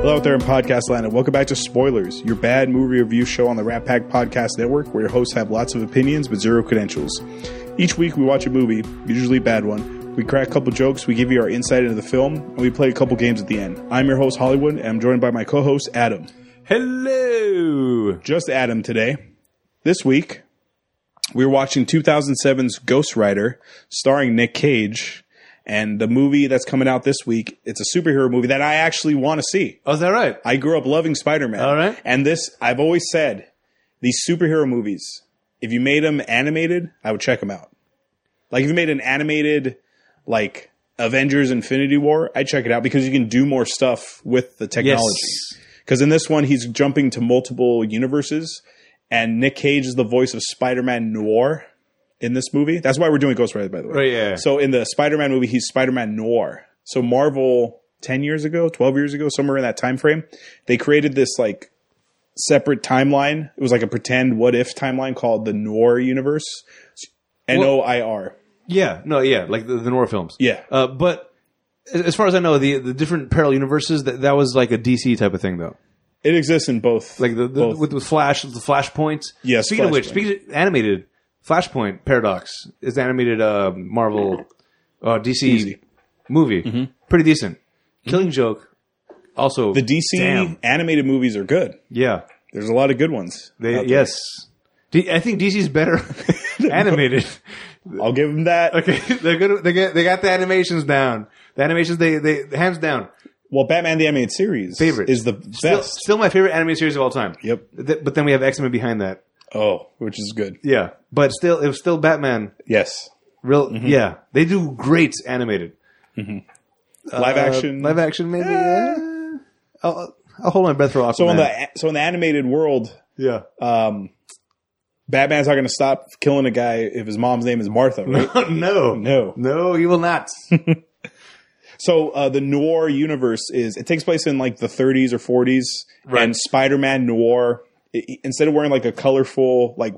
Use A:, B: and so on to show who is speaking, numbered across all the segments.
A: Hello out there in podcast land, and welcome back to Spoilers, your bad movie review show on the Rat Pack Podcast Network, where your hosts have lots of opinions but zero credentials. Each week we watch a movie, usually a bad one. We crack a couple jokes, we give you our insight into the film, and we play a couple games at the end. I'm your host Hollywood, and I'm joined by my co-host Adam.
B: Hello.
A: Just Adam today. This week we were watching 2007's Ghost Rider, starring Nick Cage. And the movie that's coming out this week, it's a superhero movie that I actually want to see.
B: Oh, is that right?
A: I grew up loving Spider Man.
B: All right.
A: And this, I've always said, these superhero movies, if you made them animated, I would check them out. Like, if you made an animated, like, Avengers Infinity War, I'd check it out because you can do more stuff with the
B: Yes.
A: technology. Because in this one, he's jumping to multiple universes, and Nick Cage is the voice of Spider Man Noir in this movie. That's why we're doing Ghost Rider, by the way.
B: Right, yeah.
A: So in the Spider Man movie, he's Spider Man Noir. So Marvel, 10 years ago, 12 years ago, somewhere in that time frame, they created this like separate timeline. It was like a pretend what if timeline called the Noir universe. N O I R.
B: yeah. No. Yeah. Like the, the Noir films.
A: Yeah.
B: Uh, but as as far as I know, the the different parallel universes that that was like a DC type of thing though.
A: It exists in both.
B: Like the, the
A: both.
B: with the Flash, the Flashpoint.
A: Yes,
B: Speaking of which,
A: Flashpoint.
B: speaking of animated, Flashpoint Paradox is animated uh, Marvel uh, DC movie. Pretty decent. Killing Joke. Also
A: Mm-hmm. the DC
B: Damn.
A: animated movies are good.
B: Yeah.
A: There's a lot of good ones.
B: They,
A: out
B: yes. D- I think DC's better animated.
A: there. I'll give them that.
B: Okay, they're good. They get they got the animations down. The animations they they hands down
A: Well, Batman the Animated Series
B: Favorite.
A: is the
B: still,
A: best.
B: still my favorite anime series of all time.
A: Yep.
B: Th- but then we have X Men behind that.
A: Oh, which is good.
B: Yeah, but still it was still Batman.
A: Yes.
B: Real
A: Mm-hmm.
B: yeah, they do great animated
A: Live
B: Uh,
A: action.
B: live action maybe. yeah. I'll, I'll hold my breath for Aquaman.
A: so in the so in the animated world,
B: yeah,
A: Batman's not going to stop killing a guy if his mom's name is Martha, right?
B: no,
A: No.
B: no, you will not.
A: so uh, the noir universe is it takes place in like the 30s or 40s,
B: Right.
A: and Spider-Man noir i- i- instead of wearing like a colorful like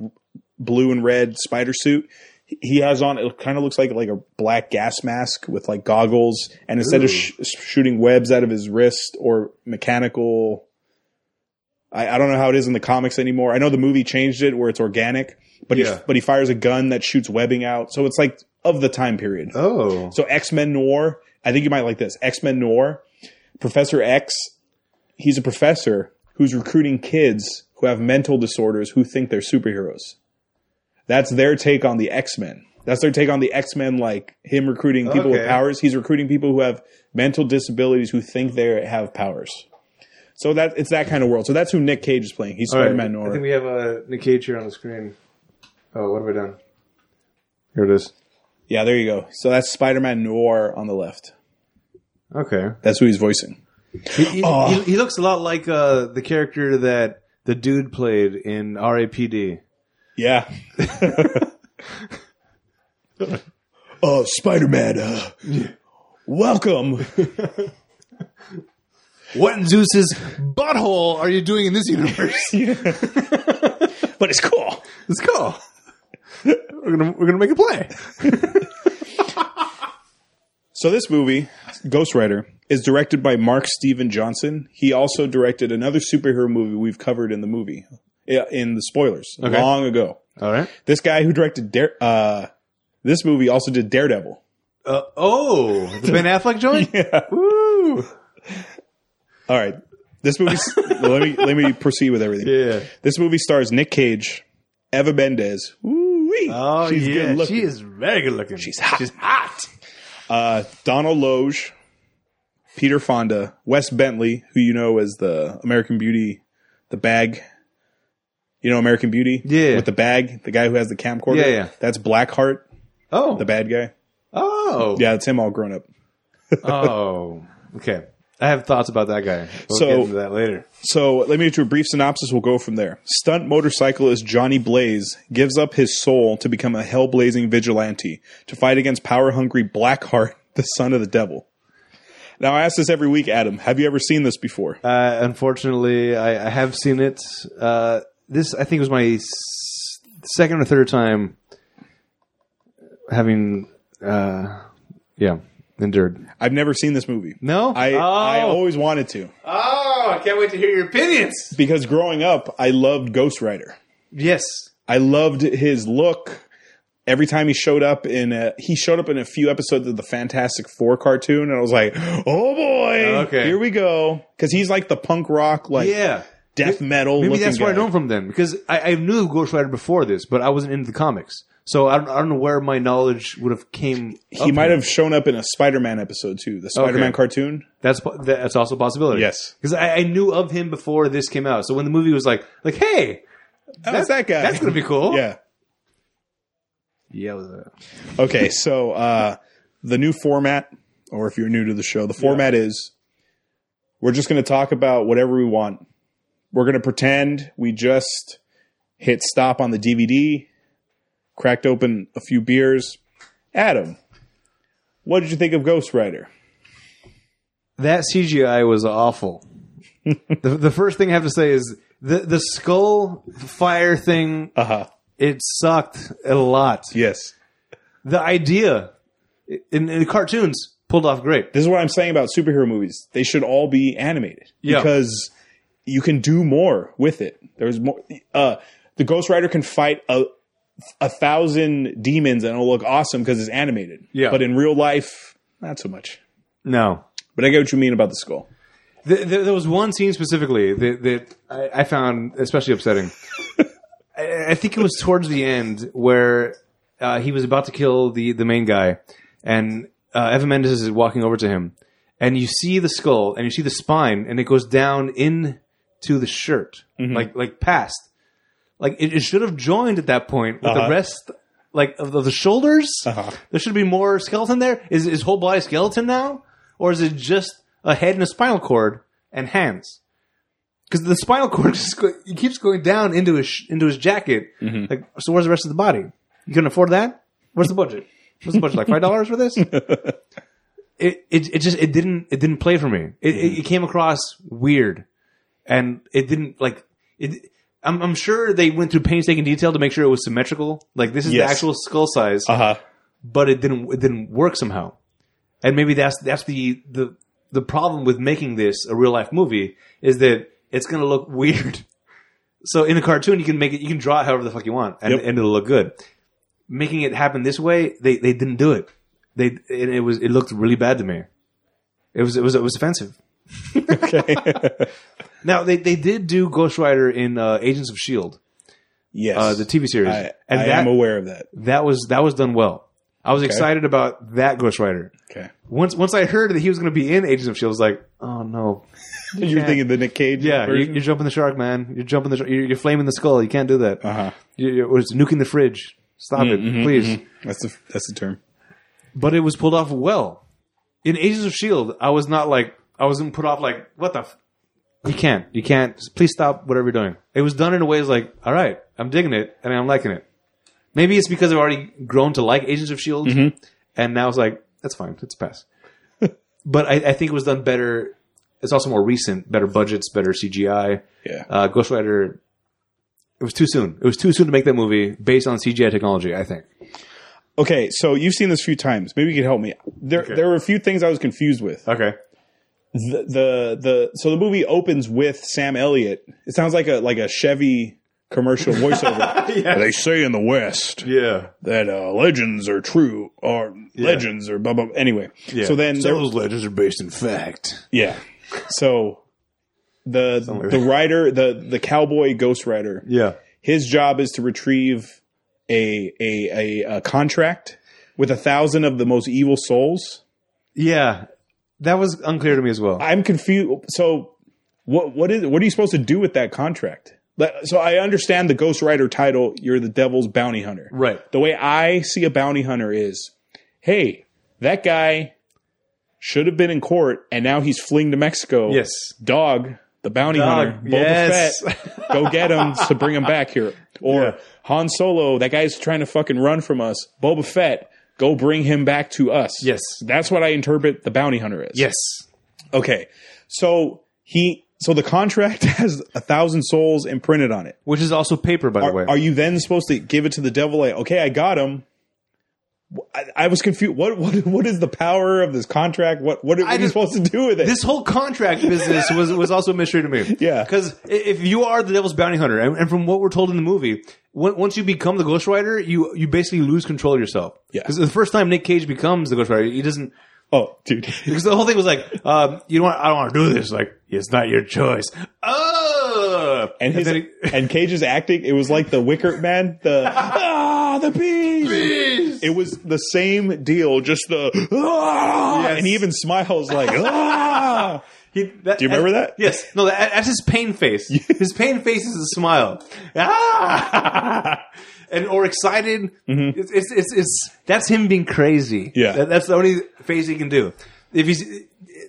A: blue and red spider suit. he- He has on it kind of looks like like a black gas mask with like goggles, and instead of
B: Ooh.
A: sh- shooting webs out of his wrist or mechanical I, I don't know how it is in the comics anymore. I know the movie changed it where it's organic, but
B: Yeah.
A: he, but he fires a gun that shoots webbing out. So it's like of the time period.
B: Oh,
A: So X Men Noir, I think you might like this. X Men Noir, Professor X, he's a professor who's recruiting kids who have mental disorders who think they're superheroes. That's their take on the X Men. That's their take on the X Men, like him recruiting people with
B: Okay.
A: powers. He's recruiting people who have mental disabilities who think they have powers. So that it's that kind of world. So that's who Nick Cage is playing. He's
B: All right,
A: Spider Man
B: I
A: Noir.
B: think we have uh, Nick Cage here on the screen. Oh, what have we done? Here it is.
A: yeah, there you go. So that's Spider Man Noir on the left.
B: Okay.
A: That's who he's voicing.
B: He, he,
A: Oh.
B: he, he looks a lot like uh, the character that the dude played in R.A.P.D.
A: Yeah. oh, Spider Man. Uh, welcome.
B: What in Zeus's butthole are you doing in this universe?
A: But it's cool.
B: Let's go. We're gonna we're gonna make a play.
A: So, this movie, Ghost Rider, is directed by Mark Steven Johnson. He also directed another superhero movie we've covered in the movie, i- in the spoilers,
B: Okay.
A: long ago.
B: All right.
A: This guy who directed Dare, uh, this movie also did Daredevil.
B: Uh, oh, the Ben Affleck joint.
A: Yeah.
B: Woo.
A: All right. This movie, let me let me proceed with everything.
B: Yeah.
A: This movie stars Nick Cage, Eva Mendes. Ooh-wee.
B: Oh
A: She's
B: yeah.
A: good looking.
B: She is very good looking.
A: She's hot.
B: She's hot.
A: Uh, Donald Loge, Peter Fonda, Wes Bentley, who you know as the American Beauty, the bag. You know American Beauty?
B: Yeah.
A: With the bag, the guy who has the camcorder?
B: Yeah, yeah.
A: That's Blackheart,
B: Oh.
A: the bad guy.
B: oh.
A: Yeah, it's him all grown up.
B: Oh. Okay. I have thoughts about that guy. We'll
A: So-
B: get into that later.
A: So let me do a brief synopsis. We'll go from there. Stunt motorcyclist Johnny Blaze gives up his soul to become a hellblazing vigilante to fight against power-hungry Blackheart, the son of the devil. Now I ask this every week, Adam. Have you ever seen this before?
B: Uh, unfortunately, I, I have seen it. Uh, this, I think, was my s- second or third time having, uh, yeah, endured.
A: I've never seen this movie.
B: No, Oh.
A: I I always wanted to.
B: I can't wait to hear your opinions.
A: because growing up, I loved Ghost Rider.
B: Yes.
A: I loved his look. Every time he showed up in a, he showed up in a few episodes of the Fantastic Four cartoon, and I was like, "Oh boy,
B: Okay.
A: here we go!" Because he's like the punk rock, like
B: Yeah.
A: death metal.
B: Maybe
A: looking
B: that's where I
A: guy.
B: know him from then, because I, I knew of Ghost Rider before this, but I wasn't into the comics, so I don't, I don't know where my knowledge would have came.
A: He might have shown up in a Spider-Man episode too, the Spider-Man
B: Okay.
A: cartoon.
B: That's po- that's also a possibility.
A: Yes.
B: because I, I knew of him before this came out. So when the movie was like, like, hey,
A: That was that guy.
B: that's gonna be cool.
A: yeah.
B: yeah. it was a-
A: Okay, so uh, the new format, or if you're new to the show, the format is we're just going to talk about whatever we want. We're going to pretend we just hit stop on the DVD, cracked open a few beers. Adam, what did you think of Ghost Rider?
B: That CGI was awful. the, the first thing I have to say is the the skull fire thing.
A: Uh huh.
B: It sucked a lot.
A: Yes.
B: The idea in, in the cartoons pulled off great.
A: This is what I'm saying about superhero movies. They should all be animated
B: Yeah.
A: because you can do more with it. There's more. Uh, the Ghost Rider can fight a, a thousand demons and it'll look awesome because it's animated.
B: Yeah.
A: But in real life, not so much.
B: No,
A: But I get what you mean about the skull.
B: Th there, there was one scene specifically that, that I, I found especially upsetting. I, I think it was towards the end where uh, he was about to kill the, the main guy, and uh, Evan Mendes is walking over to him, and you see the skull and you see the spine, and it goes down into the shirt,
A: Mm-hmm.
B: like like past, like it, it should have joined at that point with
A: Uh-huh.
B: the rest. Like of the, the shoulders,
A: Uh-huh.
B: there should be more skeleton there. Is is whole body skeleton now, or is it just a head and a spinal cord and hands? Because the spinal cord just go, he keeps going down into his sh- into his jacket. Like, so where's the rest of the body? You couldn't afford that. Where's the budget? What's the budget like? Five dollars for this? It, it it just it didn't it didn't play for me. It, it, it came across weird, and it didn't like it. I'm, I'm sure they went through painstaking detail to make sure it was symmetrical. Like this is
A: Yes.
B: the actual skull size,
A: Uh huh.
B: but it didn't it didn't work somehow. And maybe that's that's the the the problem with making this a real life movie is that it's going to look weird. So in a cartoon, you can make it, you can draw it however the fuck you want, and,
A: Yep.
B: and it'll look good. Making it happen this way, they they didn't do it. They it, it was it looked really bad to me. It was it was it was offensive. now they they did do Ghost Rider in uh, Agents of Shield,
A: Yes.
B: uh, the TV series,
A: I,
B: and
A: I
B: that
A: am aware of that.
B: that was that was done well. I was excited about that Ghost Rider.
A: Okay.
B: Once once I heard that he was going to be in Agents of Shield, I was like, oh no,
A: You're thinking the Nick Cage
B: yeah, you,
A: version?
B: you're jumping the shark, man. You're jumping the, sh- you're, you're flaming the skull. You can't do that.
A: Uh-huh.
B: You- you- or it's nuking the fridge. Stop it, please.
A: That's the that's the term.
B: But it was pulled off well. In Agents of Shield, I was not like I wasn't put off like what the. F-? You can't. You can't. Just Please stop whatever you're doing. It was done in a way that's like, all right, I'm digging it and I'm liking it. Maybe it's because I've already grown to like Agents of Shield, E and now it's like that's fine. It's a pass. but I, I think it was done better. It's also more recent, better budgets, better CGI
A: Yeah.
B: uh, Ghost Rider. It was too soon. It was too soon to make that movie based on CGI technology. I think.
A: okay, so you've seen this a few times. Maybe you could help me. There there were a few things I was confused with.
B: Okay.
A: the the the so the movie opens with Sam Elliott. It sounds like a like a Chevy commercial voiceover. They say in the West
B: Yeah.
A: that uh, legends are true, or legends are blah blah. blah. Anyway, so then there,
B: those legends are based in fact.
A: yeah, so the the writer the the cowboy ghost rider
B: Yeah.
A: his job is to retrieve a a a, a contract with a thousand of the most evil souls.
B: Yeah. That was unclear to me as well.
A: I'm confused. So, what what is what are you supposed to do with that contract? Like, So I understand the Ghost Rider title. You're the devil's bounty hunter.
B: right.
A: The way I see a bounty hunter is, hey, that guy should have been in court, and now he's fleeing to Mexico.
B: Yes.
A: dog, the bounty
B: Dog,
A: hunter, Boba
B: yes.
A: Fett, go get him to bring him back here. Or
B: Yeah.
A: Han Solo, that guy's trying to fucking run from us. Boba Fett, go bring him back to us.
B: Yes.
A: that's what I interpret the bounty hunter as.
B: Yes.
A: Okay. So he so the contract has a thousand souls imprinted on it.
B: Which is also paper, by the way.
A: Are you then supposed to give it to the devil? Like, okay, I got him, I, I was confused. What what what is the power of this contract? What what are
B: I
A: we
B: just-
A: supposed to do with it?
B: This whole contract business was, was also a mystery to me.
A: Yeah.
B: Because if you are the devil's bounty hunter, and, and from what we're told in the movie, on- once you become the Ghost Rider, you, you basically lose control of yourself.
A: Yeah.
B: Because the first time Nick Cage becomes the Ghost Rider, he doesn't,
A: oh, dude.
B: because the whole thing was like, um, you know what? I don't want to do this. Like, it's not your choice. Oh!
A: And his,
B: then
A: and,
B: he-
A: Cage's acting, it was like the Wicker Man, the ah, the bees. It was the same deal, just the ah,
B: Yes.
A: and he even smiles like ah.
B: He, that,
A: Do you remember that?
B: Yes. No, that, that's his pain face. his pain face is a smile. Ah! and or excited. It's, it's, it's, it's, that's him being crazy.
A: Mm-hmm. Yeah.
B: That, that's the only face he can do. If he's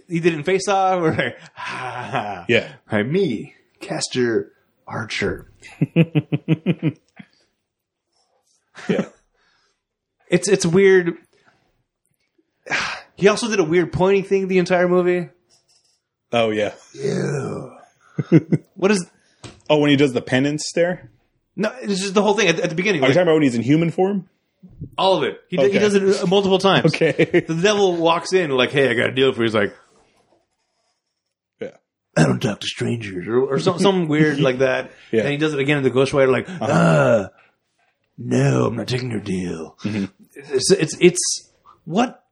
B: he did not face off or like, ah,
A: Yeah.
B: Like me, Caster Archer.
A: Yeah.
B: It's it's weird. He also did a weird pointing thing the entire movie.
A: Oh yeah.
B: What is
A: Oh, when he does the penance stare.
B: no? It's just the whole thing at, at the beginning.
A: Are you
B: like,
A: talking about when he's in human form?
B: all of it. He, d-
A: Okay.
B: he does it uh, multiple times.
A: Okay.
B: The devil walks in like, "Hey, I got a deal for you." He's like,
A: yeah.
B: "I don't talk to strangers," or, or some, something weird like that.
A: Yeah. Uh-huh.
B: And he does it again in the Ghost Rider, like, "Ah, no, I'm not taking your deal."
A: Mm-hmm.
B: It's, it's it's what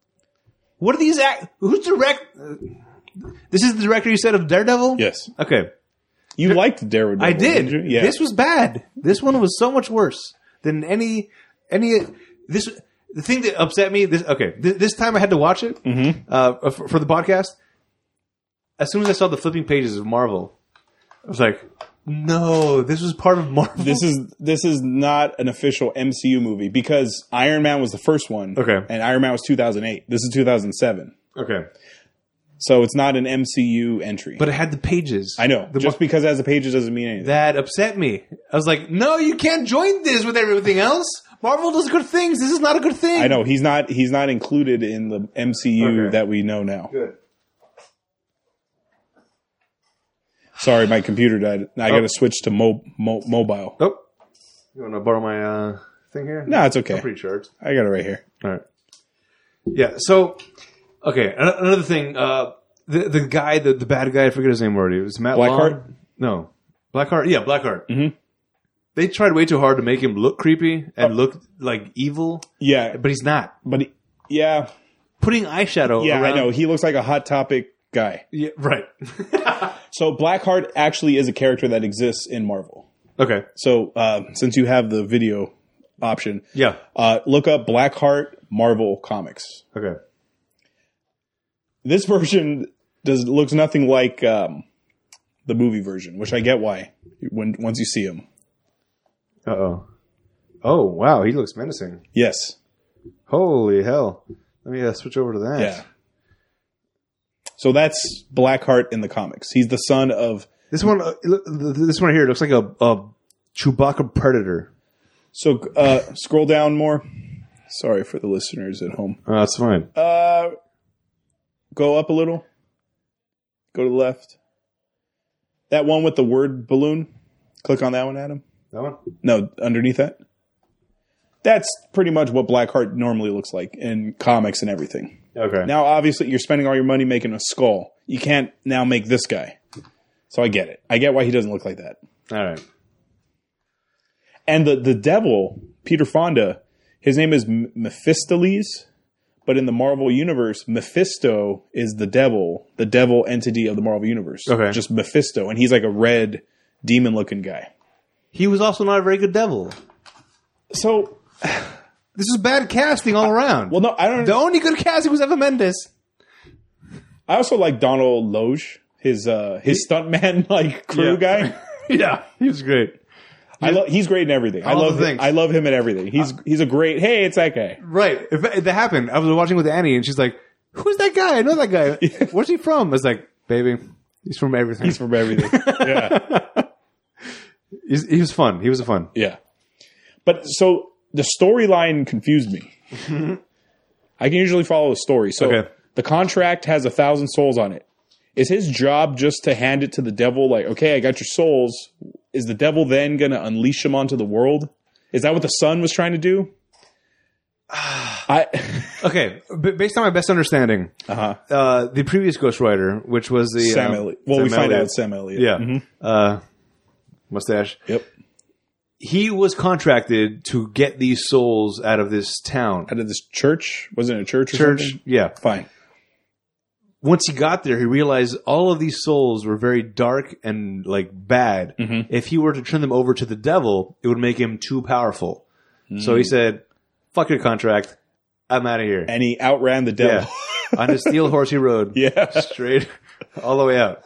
B: what are these? Act- who's direct? This is the director you said of Daredevil.
A: Yes.
B: Okay,
A: You liked Daredevil.
B: I did.
A: didn't you? Yeah.
B: This was bad. This one was so much worse than any any this. The thing that upset me this okay this, this time I had to watch it
A: Mm-hmm.
B: uh, for, for the podcast. As soon as I saw the flipping pages of Marvel, I was like, "No, this was part of Marvel."
A: this is this is not an official MCU movie because Iron Man was the first one.
B: Okay.
A: And Iron Man was 2008. This is 2007.
B: okay,
A: So it's not an MCU entry.
B: but it had the pages.
A: I know.
B: The
A: just
B: one-
A: because it has the pages doesn't mean anything.
B: that upset me. I was like, "No, you can't join this with everything else. Marvel does good things. This is not a good thing."
A: I know he's not he's not included in the MCU
B: Okay.
A: that we know now.
B: Good.
A: Sorry, my computer died. I got to switch to mo- mo- mobile.
B: Oh, you want to borrow my uh, thing here?
A: No, it's okay.
B: I'm pretty sure. It's-
A: I got it right here.
B: All right. Yeah. So, okay. an- Another thing. Uh, the the guy, the, the bad guy, I forget his name already. It was Matt
A: Blackheart?
B: Long? No, Blackheart. Yeah, Blackheart. Mm-hmm. They tried way too hard to make him look creepy and look like evil,
A: Yeah,
B: but he's not.
A: but he- yeah,
B: Putting eyeshadow.
A: yeah,
B: around,
A: I know. He looks like a hot topic guy.
B: Yeah, right.
A: So Blackheart actually is a character that exists in Marvel.
B: okay.
A: So uh, since you have the video option,
B: Yeah.
A: uh, look up Blackheart Marvel comics.
B: Okay.
A: This version does looks nothing like um, the movie version, which I get why when once you see him.
B: Uh oh. Oh wow, he looks menacing.
A: Yes.
B: Holy hell! Let me uh, switch over to that.
A: Yeah. So that's Blackheart in the comics. He's the son of.
B: This one, uh, look- th- th- this one here looks like a, a Chewbacca predator.
A: So uh, scroll down more. Sorry for the listeners at home.
B: Oh, that's fine.
A: Uh, go up a little. Go to the left. That one with the word balloon. Click on that one, Adam.
B: That one.
A: No, underneath that. That's pretty much what Blackheart normally looks like in comics and everything.
B: Okay.
A: Now, obviously, you're spending all your money making a skull. You can't now make this guy. So I get it. I get why he doesn't look like that.
B: All right.
A: And the, the devil, Peter Fonda, his name is M- Mephistopheles, but in the Marvel universe, Mephisto is the devil, the devil entity of the Marvel universe.
B: Okay.
A: Just Mephisto, and he's like a red demon looking guy.
B: He was also not a very good devil.
A: So,
B: This is bad casting all around.
A: well, no, I don't.
B: the only good casting was Eva Mendes.
A: I also like Donald Loge, his uh, his stuntman like crew
B: Yeah.
A: guy.
B: Yeah, he was great.
A: I lo- he's great in everything. I
B: All
A: love
B: the
A: him.
B: things. Uh,
A: I love him in everything. He's he's a great. Hey, it's that guy.
B: Right. If that, if that happened, I was watching with Annie, and she's like, "Who's that guy? I know that guy. Where's he from?" I was like, "Baby, he's from everything.
A: He's from everything. yeah,
B: He's- he was fun. He was fun."
A: yeah. But so the storyline confused me. I can usually follow a story. So
B: Okay.
A: the contract has a thousand souls on it. Is his job just to hand it to the devil? Like, okay, I got your souls. Is the devil then going to unleash them onto the world? Is that what the son was trying to do? I
B: Okay, b- based on my best understanding,
A: uh-huh.
B: uh, the previous Ghost Rider, which was the
A: Sam
B: um,
A: Elliott. Well, we
B: Sam
A: find out
B: Elliott.
A: it's Sam Elliott.
B: yeah, uh, mustache.
A: Mm-hmm. Yep.
B: He was contracted to get these souls out of this town,
A: Out of this church, was it a church? Or
B: church.
A: something?
B: Yeah.
A: Fine.
B: Once he got there, he realized all of these souls were very dark and like bad.
A: Mhm.
B: If he were to turn them over to the devil, it would make him too powerful. So he said, "Fuck your contract. I'm out of here."
A: Mm. And he outran the
B: yeah,
A: devil.
B: on a steel horse he rode.
A: Yeah.
B: straight all the way out.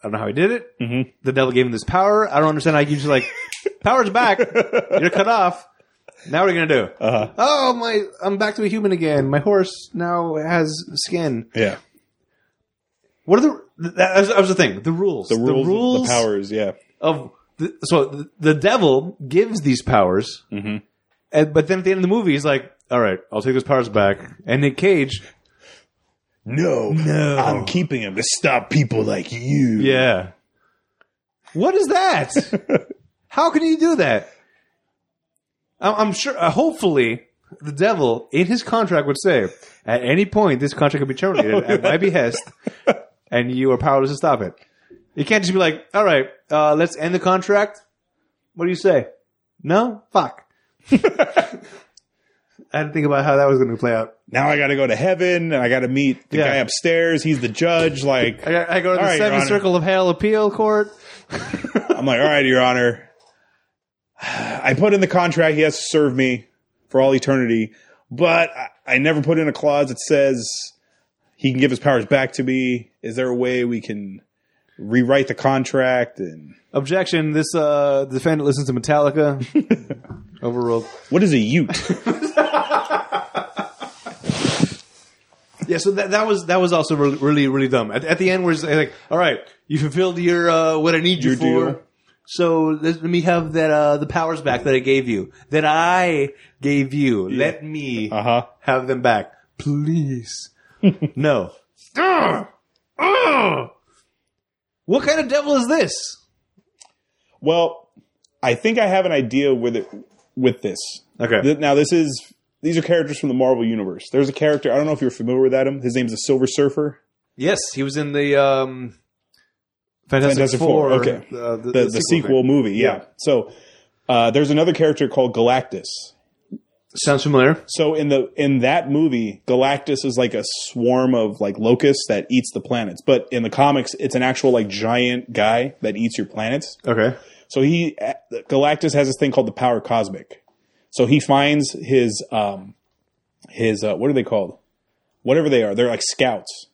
B: I don't know how he did it.
A: Mhm.
B: The devil gave him this power. I don't understand how you just like, power's back. You're cut off. Now what are you gonna do?
A: Uh-huh.
B: Oh my! I'm back to a human again. My horse now has skin.
A: Yeah.
B: What are the? That was, that was the thing. The rules.
A: The rules, the powers. Yeah.
B: of the, so the, the devil gives these powers,
A: Mhm.
B: and, but then at the end of the movie, he's like, "All right, I'll take those powers back." And Nick Cage,
A: No,
B: No.
A: I'm keeping him to stop people like you.
B: Yeah. What is that? How can you do that? I'm, I'm sure, uh, hopefully, the devil in his contract would say, at any point, this contract could be
A: Oh,
B: terminated at my behest, and you are powerless to stop it. You can't just be like, all right, uh, let's end the contract. What do you say? No? Fuck. I had to think about how that was going to play out.
A: Now I got to go to heaven and I got to meet the
B: Yeah.
A: guy upstairs. He's the judge. Like,
B: I, I go
A: All
B: to the
A: right, Your
B: Seven
A: Honor.
B: Circle of Hell appeal court.
A: I'm like, all right, Your Honor. I put in the contract he has to serve me for all eternity, but I, I never put in a clause that says he can give his powers back to me. Is there a way we can rewrite the contract? And
B: Objection. This uh, defendant listens to Metallica. Overruled.
A: what is a Ute?
B: Yeah, so that, that was that was also re- really really dumb. At, at the end, where it's like, all right, you fulfilled your uh, what I need you
A: Your
B: for.
A: deal.
B: So let me have that uh, the powers back that I gave you, that I gave you. Let me
A: Uh huh.
B: have them back, please. no. Ugh! Ugh! What kind of devil is this?
A: Well, I think I have an idea with it with this.
B: Okay.
A: Th- Now this is these are characters from the Marvel universe. There's a character I don't know if you're familiar with Adam. His name's the Silver Surfer.
B: Yes, he was in the um, Fantastic,
A: Fantastic
B: Four.
A: Four, okay.
B: uh, the,
A: The, the, sequel movie, yeah.
B: Yeah.
A: So uh, there's another character called Galactus.
B: Sounds familiar.
A: So in the in that movie, Galactus is like a swarm of like locusts that eats the planets. But in the comics, it's an actual like giant guy that eats your planets.
B: Okay.
A: So he Galactus has this thing called the power cosmic. So he finds his um his uh, what are they called? Whatever they are, they're like scouts.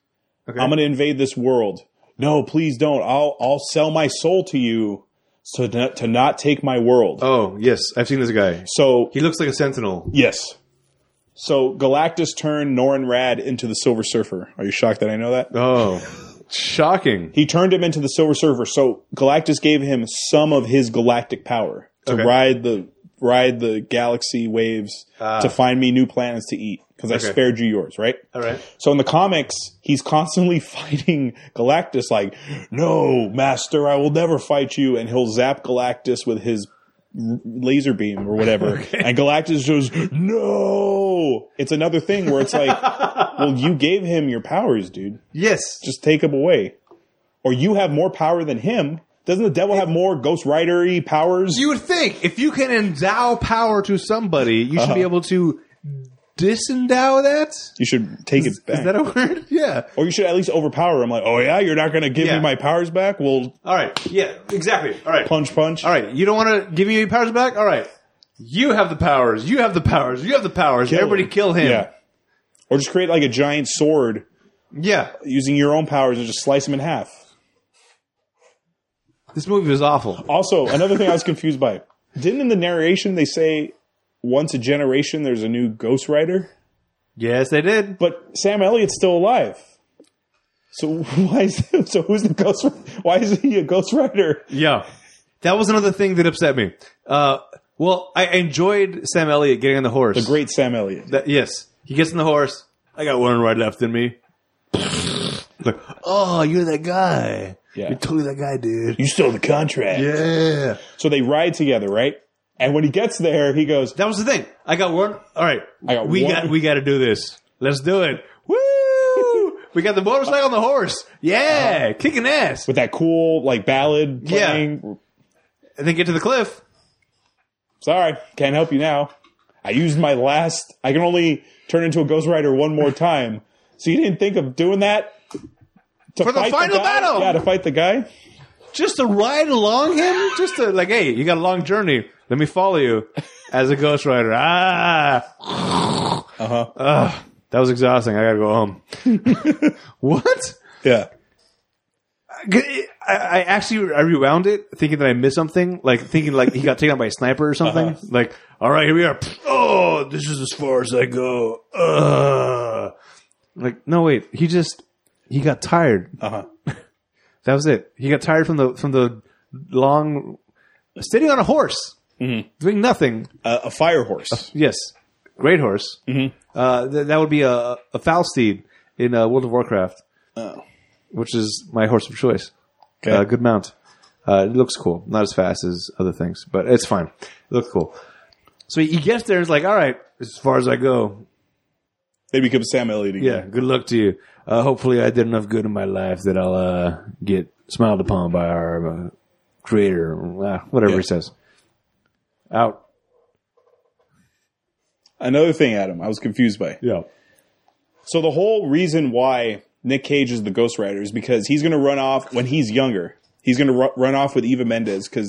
B: Okay.
A: I'm going to invade this world. No, please don't. I'll I'll sell my soul to you so to, to not take my world.
B: Oh yes, I've seen this guy.
A: so
B: He looks like a sentinel.
A: yes. So Galactus turned Norin Rad into the Silver Surfer. Are you shocked that I know that?
B: Oh, shocking.
A: He turned him into the Silver Surfer. So Galactus gave him some of his galactic power to
B: Okay.
A: ride the ride the galaxy waves
B: Ah.
A: to find me new planets to eat because I
B: Okay.
A: spared you yours, right?
B: All right.
A: So in the comics, he's constantly fighting Galactus like, "No, master, I will never fight you." And he'll zap Galactus with his r- laser beam or whatever. And Galactus goes, "No!" It's another thing where it's like, "Well, you gave him your powers, dude."
B: Yes.
A: just take him away. Or you have more power than him. Doesn't the devil have more Ghost Rider powers?
B: You would think if you can endow power to somebody, you should be able to disendow that. Is
A: You should take it back.
B: that a word? Yeah.
A: or you should at least overpower him. Like, oh yeah, you're not going to give
B: Yeah.
A: me my powers back? Well,
B: All right. Yeah. Exactly. All right.
A: punch, punch.
B: All right. You don't want to give me your powers back. All right. You have the powers. You have the powers. You have the powers. Everybody kill him.
A: Yeah. Or just create like a giant sword
B: Yeah.
A: using your own powers and just slice him in half.
B: This movie was awful.
A: Also, another thing I was confused by. Didn't in the narration they say once a generation there's a new Ghost Rider?
B: Yes, they did.
A: But Sam Elliott's still alive. So why is so who's the ghost? Why is he a ghost rider?
B: Yeah. That was another thing that upset me. Uh, well, I enjoyed Sam Elliott getting on the horse.
A: Great Sam Elliott.
B: That- yes. He gets on the horse. I got one right left in me. like, oh, you're that guy.
A: Yeah.
B: You're totally that guy, dude.
A: You stole the contract.
B: Yeah.
A: So they ride together, right? And when he gets there, he goes,
B: That was the thing. I got one. All right,
A: I got
B: we
A: one.
B: got we got to do this. Let's do it. Woo! we got the motorcycle and the horse.
A: Uh-huh.
B: Yeah, kicking ass.
A: with that cool like ballad
B: Yeah.
A: playing.
B: And then get to the cliff.
A: Sorry, can't help you now. I used my last. I can only turn into a Ghost Rider one more time. So you didn't think of doing that to
B: For the final
A: guy?
B: battle!
A: Yeah, to fight the guy.
B: just to ride along him, just to like, hey, you got a long journey. Let me follow you as a Ghost Rider. Ah,
A: Uh huh.
B: Ugh. that was exhausting. I gotta go home. what?
A: yeah.
B: I, I actually I rewound it, thinking that I missed something, like thinking like he got taken out by a sniper or something.
A: Uh-huh.
B: Like, all right, here we are. Oh, this is as far as I go. Ugh. Like, no, wait, he just he got tired.
A: Uh huh.
B: That was it. He got tired from the from the long sitting on a horse,
A: Mm-hmm.
B: doing nothing.
A: Uh, a fire horse.
B: Yes, great horse.
A: Mm-hmm.
B: Uh, th- that would be a a Falsteed in uh, World of Warcraft,
A: Oh.
B: which is my horse of choice.
A: Okay.
B: Uh, good mount. Uh, it looks cool. Not as fast as other things, but it's fine. It looks cool. So he gets there and it's like, all right, as far as I go,
A: They become Sam Elliott again.
B: yeah, good luck to you. Uh, hopefully, I did enough good in my life that I'll uh, get smiled upon by our uh, creator, uh, whatever
A: Yeah.
B: he says. Out.
A: Another thing, Adam, I was confused by.
B: Yeah.
A: So the whole reason why Nick Cage is the Ghost Rider is because he's going to run off when he's younger. He's going to ru- run off with Eva Mendes because.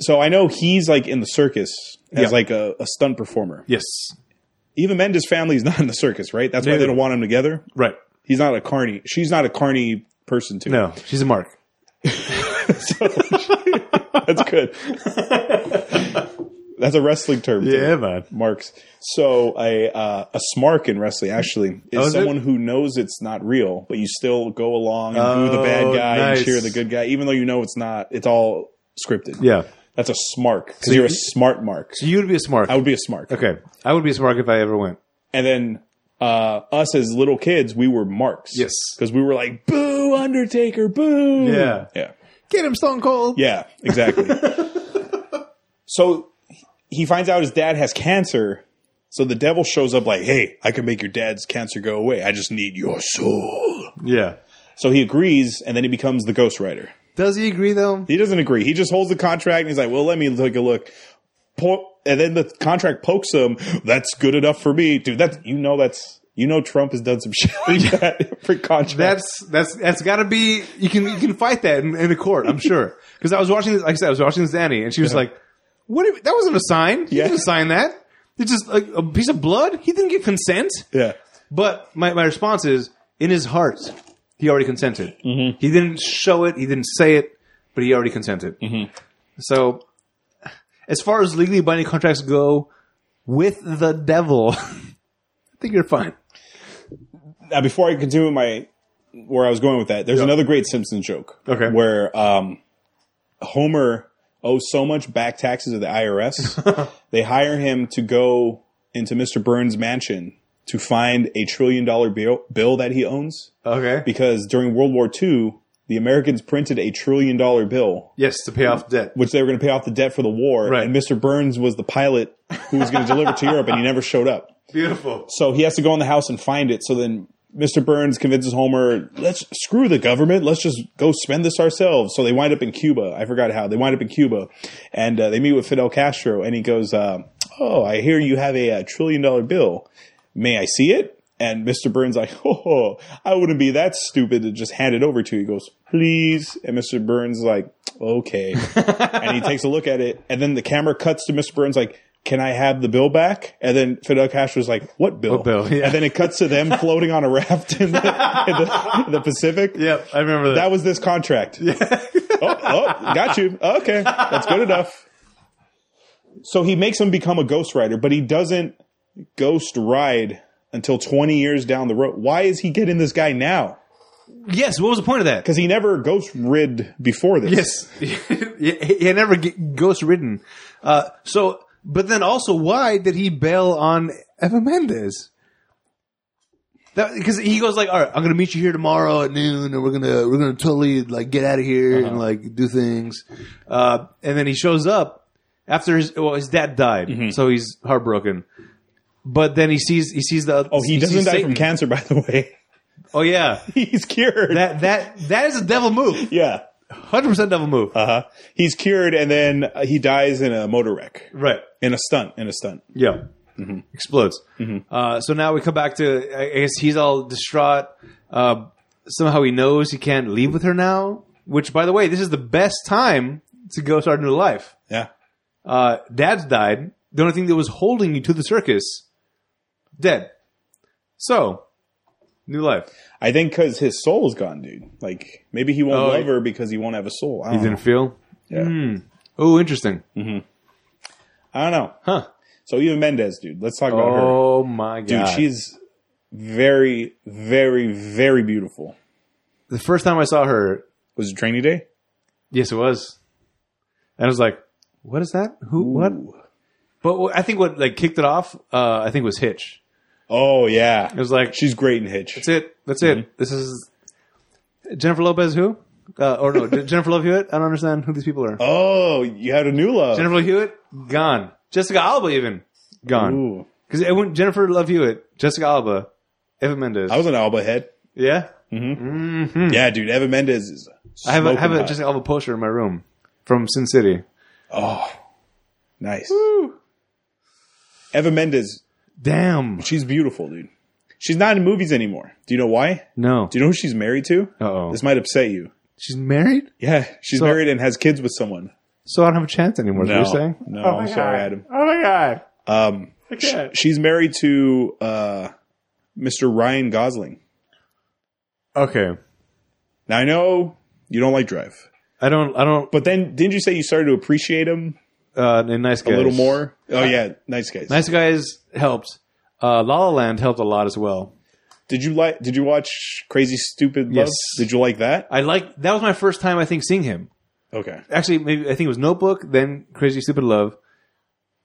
A: So I know he's like in the circus as
B: Yeah.
A: like a, a stunt performer.
B: Yes.
A: Eva Mendes' family is not in the circus, right? That's why
B: No.
A: they don't want him together.
B: Right.
A: He's not a carny. She's not a carny person too.
B: No, she's a mark.
A: That's good. That's a wrestling term. too.
B: man.
A: marks. So a uh, a smark in wrestling actually is
B: Oh, is it?
A: someone who knows it's not real, but you still go along and boo the bad
B: Oh,
A: guy
B: nice.
A: and cheer the good guy, even though you know it's not. It's all scripted.
B: Yeah.
A: that's a smark because you're a smart mark.
B: You would be a smart.
A: I would be a smark,
B: okay. I would be a smart if I ever went.
A: and then. Uh, us as little kids, we were marks.
B: Yes.
A: because we were like, "Boo, Undertaker, boo!"
B: Yeah.
A: yeah.
B: Get him Stone Cold.
A: Yeah, exactly. so he finds out his dad has cancer. So the devil shows up like, "Hey, I can make your dad's cancer go away. I just need your soul."
B: Yeah.
A: So he agrees, and then he becomes the Ghost Rider.
B: Does he agree though?
A: He doesn't agree. He just holds the contract, and he's like, "Well, let me take a look." Po- and then the contract pokes him. That's good enough for me, dude. That's you know that's you know Trump has done some shit like that for contract.
B: That's that's that's got to be you can you can fight that in, in a court, I'm sure. Because I was watching, this- like I said, I was watching this Danny, and she was like, "What? do you- That wasn't a sign. He
A: Yeah.
B: didn't sign that. It's just like a piece of blood. He didn't get consent."
A: yeah,
B: But my my response is, in his heart, he already consented. Mm-hmm. He didn't show it. He didn't say it, but he already consented. Mm-hmm. So, as far as legally binding contracts go, with the devil, I think you're fine.
A: now before I continue with my where I was going with that, there's
B: Yeah.
A: another great Simpson joke.
B: Okay.
A: Where um, Homer owes so much back taxes to the IRS, they hire him to go into Mr. Burns' mansion to find a trillion dollar bill, bill that he owns
B: Okay.
A: because during World War II, the Americans printed a trillion dollar bill,
B: Yes, to pay off debt.
A: which they were going to pay off the debt for the war.
B: Right.
A: And Mr. Burns was the pilot who was going to deliver it to Europe, and he never showed up.
B: Beautiful.
A: So he has to go in the house and find it. So then Mr. Burns convinces Homer, let's screw the government. Let's just go spend this ourselves. So they wind up in Cuba. I forgot how. They wind up in Cuba and uh, they meet with Fidel Castro and he goes, uh, Oh, I hear you have a, uh trillion dollar bill. May I see it? And Mr. Burns like, oh, I wouldn't be that stupid to just hand it over to you. He goes, please. And Mr. Burns like, okay. and he takes a look at it. And then the camera cuts to Mr. Burns like, can I have the bill back? And then Fidel Castro's like, what bill?
B: What bill? Yeah.
A: And then it cuts to them floating on a raft in the, in the, in the Pacific.
B: Yep, I remember
A: That was this contract. oh, oh, got you. Okay. That's good enough. So he makes him become a ghostwriter, but he doesn't ghost ride until 20 years down the road. Why is he getting this guy now?
B: yes. What was the point of that?
A: Because he never ghost rid before this.
B: Yes, he he never get ghost ridden. Uh, so, but then also, why did he bail on Eva Mendes? Because he goes like, "All right, I'm gonna meet you here tomorrow at noon, and we're gonna we're Uh-huh. gonna totally like get out of here and like do things." Uh, and then he shows up, after his well, his dad died, so he's heartbroken. But then he sees he sees the
A: Oh, he, doesn't
B: sees
A: die
B: Satan.
A: from cancer, by the way.
B: Oh yeah,
A: He's cured.
B: that that that is a devil move,
A: yeah.
B: hundred percent devil move.
A: Uh huh. He's cured, and then uh, he dies in a motor wreck,
B: right?
A: in a stunt, in a stunt.
B: Yeah,
A: Mm-hmm.
B: explodes. Uh, so now we come back to I I guess he's all distraught. Uh, somehow he knows he can't leave with her now. Which, by the way, this is the best time to go start a new life.
A: Yeah.
B: uh, dad's died. The only thing that was holding you to the circus, dead. So, new life.
A: I think because his soul's gone, dude. Like maybe he won't
B: Oh,
A: love
B: he-
A: her because he won't have a soul. I
B: You
A: don't, know.
B: didn't feel?
A: Yeah.
B: Oh, interesting.
A: I don't know.
B: Huh.
A: So even Mendez, dude. Let's talk about her,
B: Oh my
A: dude.
B: god.
A: She's very, very, very beautiful.
B: the first time I saw her,
A: Was it Training Day?
B: yes, it was. And I was like, "What is that? Who? What?"
A: Ooh.
B: But what- I think what like kicked it off, uh, I think was Hitch.
A: Oh yeah,
B: It was like,
A: she's great in Hitch.
B: "That's it. That's
A: Mm-hmm.
B: it. This is Jennifer Lopez. Who? Uh, or no, Jennifer Love Hewitt? I don't understand who these people are.
A: Oh, you had a new love.
B: Jennifer Love Hewitt gone. Jessica Alba even gone.
A: Ooh.
B: Because it went Jennifer Love Hewitt, Jessica Alba, Evan Mendes.
A: I was an Alba head.
B: yeah,
A: Yeah, dude. Evan Mendez is.
B: Hmm. I have a,
A: smoking
B: have a
A: hot.
B: Jessica Alba poster in my room from Sin City.
A: Oh, nice. Eva Mendes,
B: Damn.
A: she's beautiful, dude. She's not in movies anymore. Do you know why?
B: No.
A: Do you know who she's married to?
B: Uh oh.
A: This might upset you.
B: She's married,
A: Yeah, she's
B: So-
A: married and has kids with someone.
B: so I don't have a chance anymore. is what
A: No.
B: you're saying?
A: No,
B: Oh my
A: I'm sorry,
B: God.
A: Adam.
B: Oh my god.
A: Um, sh-
B: Okay.
A: she's married to uh, Mr. Ryan Gosling.
B: Okay.
A: Now I know you don't like Drive,
B: I don't. I don't.
A: but then didn't you say you started to appreciate him
B: Uh, and nice guys.
A: a little more? Oh yeah, nice guys.
B: Nice guys helped. Uh, La La Land helped a lot as well.
A: Did you like? Did you watch Crazy Stupid Love?
B: Yes.
A: Did you like that?
B: I like that was my first time I think seeing him.
A: Okay.
B: actually maybe I think it was Notebook, then Crazy Stupid Love,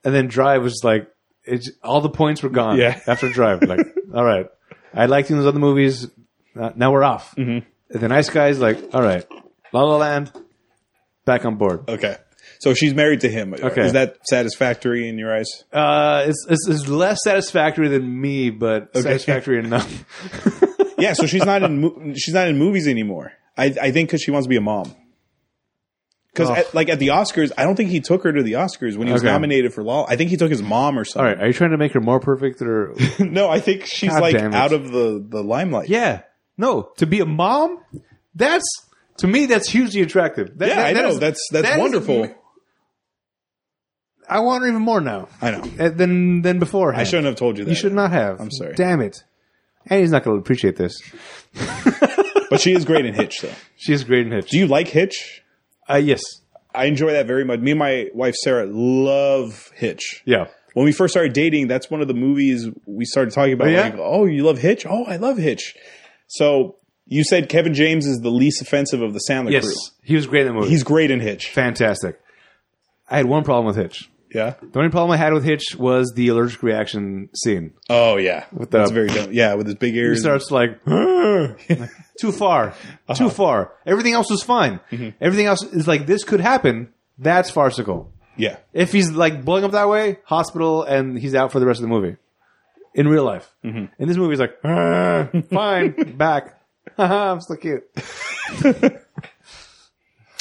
B: and then Drive was like it's all the points were gone
A: Yeah.
B: after Drive. Like, all right, I liked you in those other movies. Uh, now we're off. Mm-hmm. And the nice guys like, all right, La La Land, back on board.
A: Okay. So she's married to him.
B: Okay.
A: Is that satisfactory in your eyes?
B: Uh, it's, it's it's less satisfactory than me, but satisfactory enough.
A: Yeah. So she's not in mo- she's not in movies anymore. I I think because she wants to be a mom. Because
B: Oh.
A: like at the Oscars, I don't think he took her to the Oscars when he was
B: Okay.
A: nominated for Law. I think he took his mom or
B: All
A: something.
B: right, are you trying to make her more perfect or?
A: No, I think she's
B: God
A: like
B: damn it.
A: out of the the limelight.
B: yeah, no. To be a mom, that's to me that's hugely attractive. That-
A: Yeah,
B: that-
A: I
B: that
A: know.
B: is-
A: that's that's
B: that is-
A: wonderful.
B: I want her even more now.
A: I know.
B: uh, than than beforehand.
A: I shouldn't have told you that.
B: You should not have. I'm
A: sorry.
B: Damn it. And he's not going to appreciate this.
A: But she is great in Hitch, though.
B: She is great in Hitch.
A: Do you like Hitch?
B: Uh, yes.
A: I enjoy that very much. Me and my wife Sarah love Hitch.
B: Yeah.
A: when we first started dating, that's one of the movies we started talking about.
B: Oh, yeah?
A: Like, oh, you love Hitch? Oh, I love Hitch. So you said Kevin James is the least offensive of the Sandler
B: Yes.
A: crew.
B: He was great in the movie.
A: He's great in Hitch.
B: fantastic. I had one problem with Hitch.
A: Yeah.
B: The only problem I had with Hitch was the allergic reaction scene.
A: Oh yeah.
B: the-
A: that's very dumb. Yeah, with his big
B: He
A: ears.
B: starts like, Uh-huh. too far, too far. Everything else was fine. Everything else is like, this could happen. That's farcical.
A: yeah.
B: If he's like blowing up that way, hospital, and he's out for the rest of the movie. In real life, mm-hmm. in this movie, he's like, "Ah, fine, back, Haha, I'm still cute.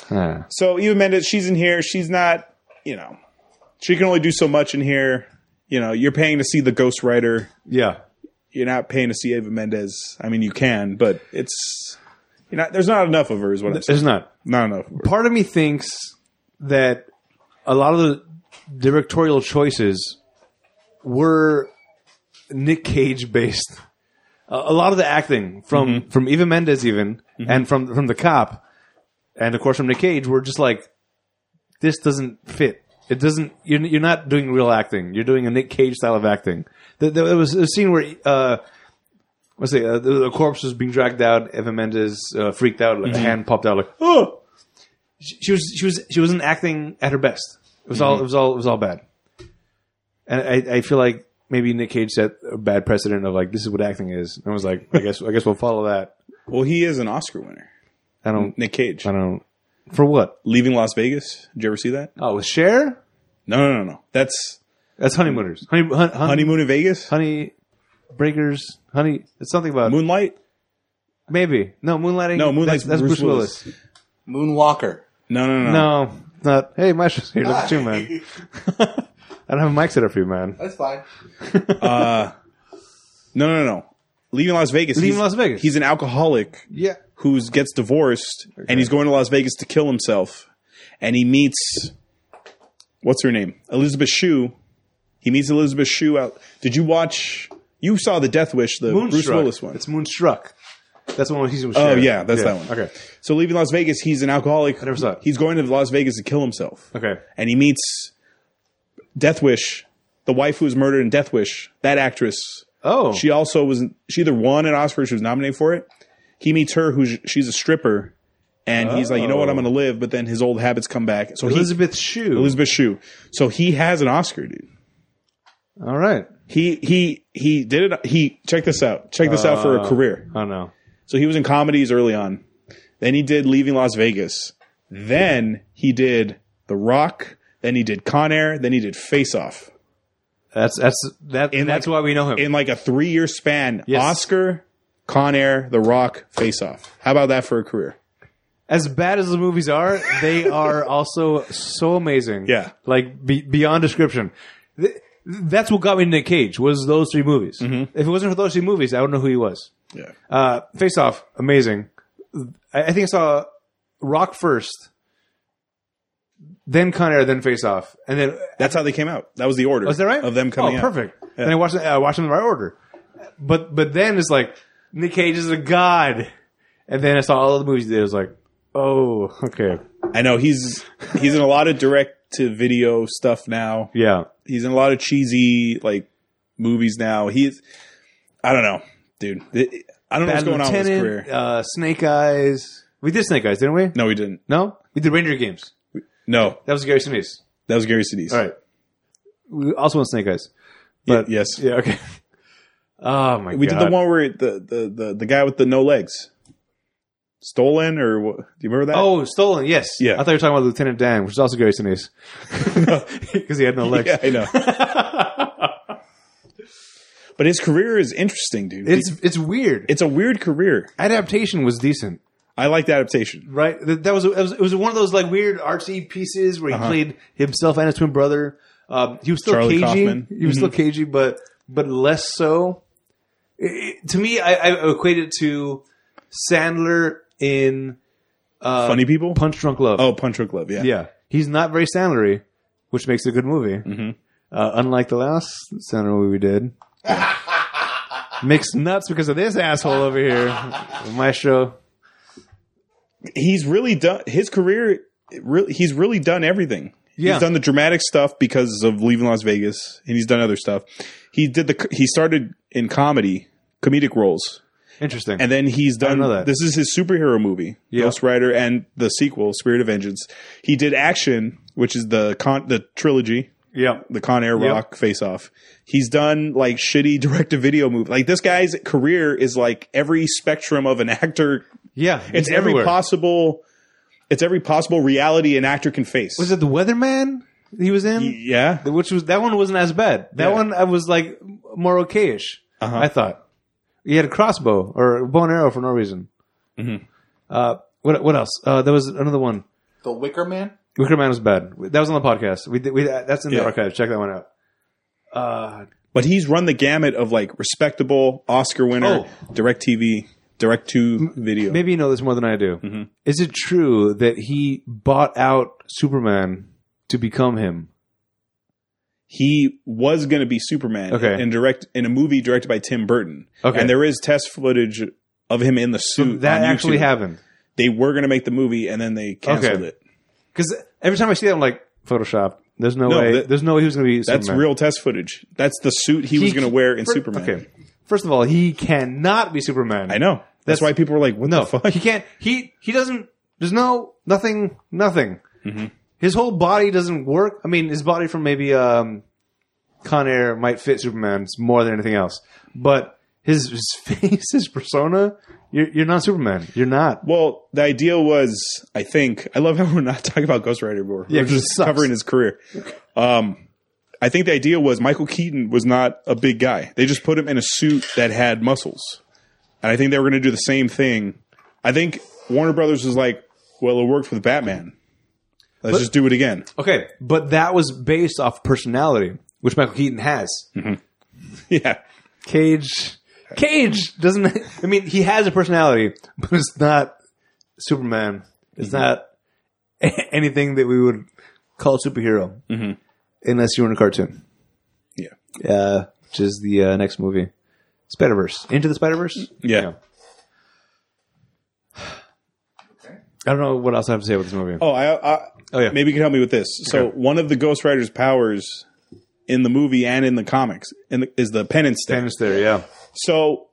B: Ah.
A: So Eva Mendes, she's in here. She's not. You know, she can only do so much in here. You know, you're paying to see the Ghost Rider.
B: yeah,
A: You're not paying to see Eva Mendes. I mean, you can, but it's you know, there's not enough of her. Is what I'm saying.
B: there's not.
A: Not enough. Of her.
B: Part of me thinks that a lot of the directorial choices were Nick Cage based. A, a lot of the acting from from Eva Mendes even and from from the cop and of course from Nick Cage were just like this doesn't fit. It doesn't. You're, you're not doing real acting. You're doing a Nick Cage style of acting. There, there was a scene where uh, what's it? Uh, the, the corpse was being dragged out. Eva Mendes uh, freaked out. Like a hand popped out. Like oh, she, she was she was she wasn't acting at her best. It was all it was all it was all bad. And I, I feel like maybe Nick Cage set a bad precedent of like this is what acting is. And I was like, I guess I guess we'll follow that.
A: Well, he is an Oscar winner.
B: I don't
A: Nick Cage.
B: I don't for what?
A: Leaving Las Vegas. Did you ever see that?
B: Oh, with Cher?
A: No, no, no, no. That's
B: That's honeymooners. Honey, hun, hun, honey,
A: honeymoon in Vegas.
B: breakers. Honey. It's something about
A: Moonlight.
B: maybe. No moonlighting.
A: No, Moonlight's
B: That's, that's Bruce,
A: Bruce
B: Willis.
C: Moonwalker.
A: No, no, no,
B: No, not. Hey, Mike's just here. Look at you, man. I don't have a mic set up for you, man.
C: That's fine.
A: no, no, no. Leaving Las Vegas.
B: Leaving
A: he's-
B: Las Vegas.
A: He's an alcoholic
B: Yeah.
A: who gets divorced, and he's going to Las Vegas to kill himself. And he meets what's her name, Elizabeth Shue. He meets Elizabeth Shue out. Did you watch? You saw the Death Wish, the Bruce Willis one.
B: It's Moonstruck. That's the one he's. with
A: Oh,
B: Sharon.
A: yeah, that's that one.
B: Okay.
A: so leaving Las Vegas, he's an alcoholic.
B: never saw it.
A: He's going to Las Vegas to kill himself.
B: Okay.
A: and he meets Death Wish, the wife who was murdered in Death Wish, that actress.
B: Oh.
A: She also was she either won an Oscar, or she was nominated for it. He meets her, who's she's a stripper, and he's like, you know what, I'm going to live. But then his old habits come back. So he, Elizabeth,
B: Elizabeth Shue.
A: Shue. So he has an Oscar, dude.
B: All right.
A: He he he did it. He check this out. Check this out for a career.
B: Oh no.
A: So he was in comedies early on. Then he did Leaving Las Vegas. Then he did The Rock. Then he did Con Air. Then he did Face Off.
B: That's that's that.
A: In,
B: that's
A: like-
B: why we know him.
A: in like a three year span.
B: Yes.
A: Oscar, Con Air, The Rock, Face Off. How about that for a career?
B: as bad as the movies are, they are also so amazing.
A: Yeah.
B: like be, beyond description. Th- That's what got me into Nick Cage was those three movies.
A: Mm-hmm.
B: If it wasn't for those three movies, I don't know who he was.
A: Yeah.
B: Uh, Face Off, amazing. I, I think I saw Rock first, then Con Air, then Face Off, and then
A: That's how they came out. That was the order.
B: was that right?
A: Of them coming
B: Oh,
A: out.
B: perfect. Then I watched I watched them in the right order. But but then it's like Nick Cage is a god, and then I saw all the movies. There, I was like, oh, okay,
A: I know he's he's in a lot of direct to video stuff now.
B: yeah.
A: He's in a lot of cheesy like movies now. He's I don't know, dude. It- I don't know what's
B: Bad
A: going on with his
B: Lieutenant,
A: career.
B: Uh, Snake Eyes. We did Snake Eyes, didn't we?
A: No, he didn't.
B: No, we did Ranger Games.
A: No,
B: That was Gary Sinise.
A: that was Gary Sinise.
B: All right. We also on Snake Eyes.
A: But yes,
B: Yeah. Okay. Oh my
A: we
B: god.
A: did the one where the, the the the guy with the no legs stolen or what? Do you remember that?
B: Oh, stolen. Yes.
A: Yeah.
B: I thought you were talking about Lieutenant Dan, which is also Gary Sinise, because he had no legs.
A: Yeah, I know. but his career is interesting, dude.
B: It's it's weird.
A: it's a weird career.
B: adaptation was decent,
A: I like the adaptation.
B: right? Th- That was, it was it was one of those like weird artsy pieces where he played himself and his twin brother. Um, he was still
A: Uh-huh. Charlie
B: cagey.
A: Kaufman. Mm-hmm.
B: He was still cagey, but but less so. It- it- to me, I, I equate it to Sandler in
A: Funny people.
B: Punch Drunk Love.
A: oh, Punch Drunk Love. Yeah.
B: Uh, yeah, he's not very Sandlery, which makes it a good movie.
A: Mm-hmm.
B: Uh, unlike the last Sandler movie we did. Mixed nuts because of this asshole over here, Maestro.
A: he's really done his career. it Really, he's really done everything.
B: Yeah.
A: He's done the dramatic stuff because of leaving Las Vegas, and he's done other stuff. He did the. He started in comedy, comedic roles,
B: Interesting.
A: and then he's done.
B: know that.
A: This is his superhero movie,
B: Yeah.
A: Ghost Rider, and the sequel, Spirit of Vengeance. He did action, which is the con the trilogy,
B: yeah,
A: the Con Air
B: Yep.
A: Rock face off. He's done like shitty direct to video movie. Like this guy's career is like every spectrum of an actor.
B: Yeah,
A: It's every possible. It's every possible reality an actor can face.
B: Was it the Weatherman he was in?
A: yeah,
B: Which was that one wasn't as bad. That
A: Yeah. Uh-huh.
B: one I was like more okay-ish. I thought he had a crossbow or a bow and arrow for no reason.
A: Mm-hmm.
B: Uh, what what else? Uh, there was another one.
C: The Wicker Man.
B: Wicker Man was bad. That was on the podcast. We, did- we that's in the
A: Yeah.
B: archive. Check that one out. Uh,
A: but he's run the gamut of like respectable Oscar winner, direct TV, direct to video.
B: Oh. maybe you know this more than I do.
A: Mm-hmm.
B: Is it true that he bought out Superman to become him?
A: he was going to be Superman
B: Okay.
A: in direct in a movie directed by Tim Burton.
B: Okay.
A: And there is test footage of him in the suit.
B: That
A: on
B: actually
A: YouTube.
B: happened.
A: They were going to make the movie and then they canceled
B: Okay.
A: it.
B: Because every time I see that, I'm like, Photoshop. There's no,
A: No,
B: way.
A: that-
B: there's no way he was going to be.
A: That's
B: Superman.
A: real test footage. That's the suit he, was
B: He-
A: going to wear in
B: fir-
A: Superman.
B: Okay. First of all, he cannot be Superman.
A: I know. That's,
B: That's-
A: why people were like, "What
B: No,
A: the fuck?"
B: he can't. He he doesn't. There's no nothing. Nothing.
A: Mm-hmm.
B: His whole body doesn't work. I mean, his body from maybe um, Con Air might fit Superman's more than anything else, but his his face, his persona You're, you're not Superman. You're not.
A: Well, the idea was, I think, I love how we're not talking about Ghost Rider anymore.
B: Yeah,
A: we're
B: 'cause it
A: just
B: sucks.
A: covering his career. Um, I think the idea was Michael Keaton was not a big guy. They just put him in a suit that had muscles, and I think they were going to do the same thing. I think Warner Brothers was like, "Well, it worked with Batman. Let's just do it again."
B: Okay, but that was based off personality, which Michael Keaton has.
A: yeah,
B: Cage. Cage doesn't. I mean, he has a personality, but it's not Superman. It's
A: Mm-hmm.
B: not a- anything that we would call a superhero, mm-hmm. unless you were in a cartoon.
A: yeah,
B: Uh, which is the uh, next movie, Spider Verse, Into the Spider Verse.
A: yeah.
B: I don't know what else I have to say about this movie.
A: Oh, I, I
B: Oh, yeah.
A: maybe you can help me with this. So
B: Okay.
A: one of the Ghost Rider's powers in the movie and in the comics in the, is the pen and stick.
B: Stand is there, yeah.
A: So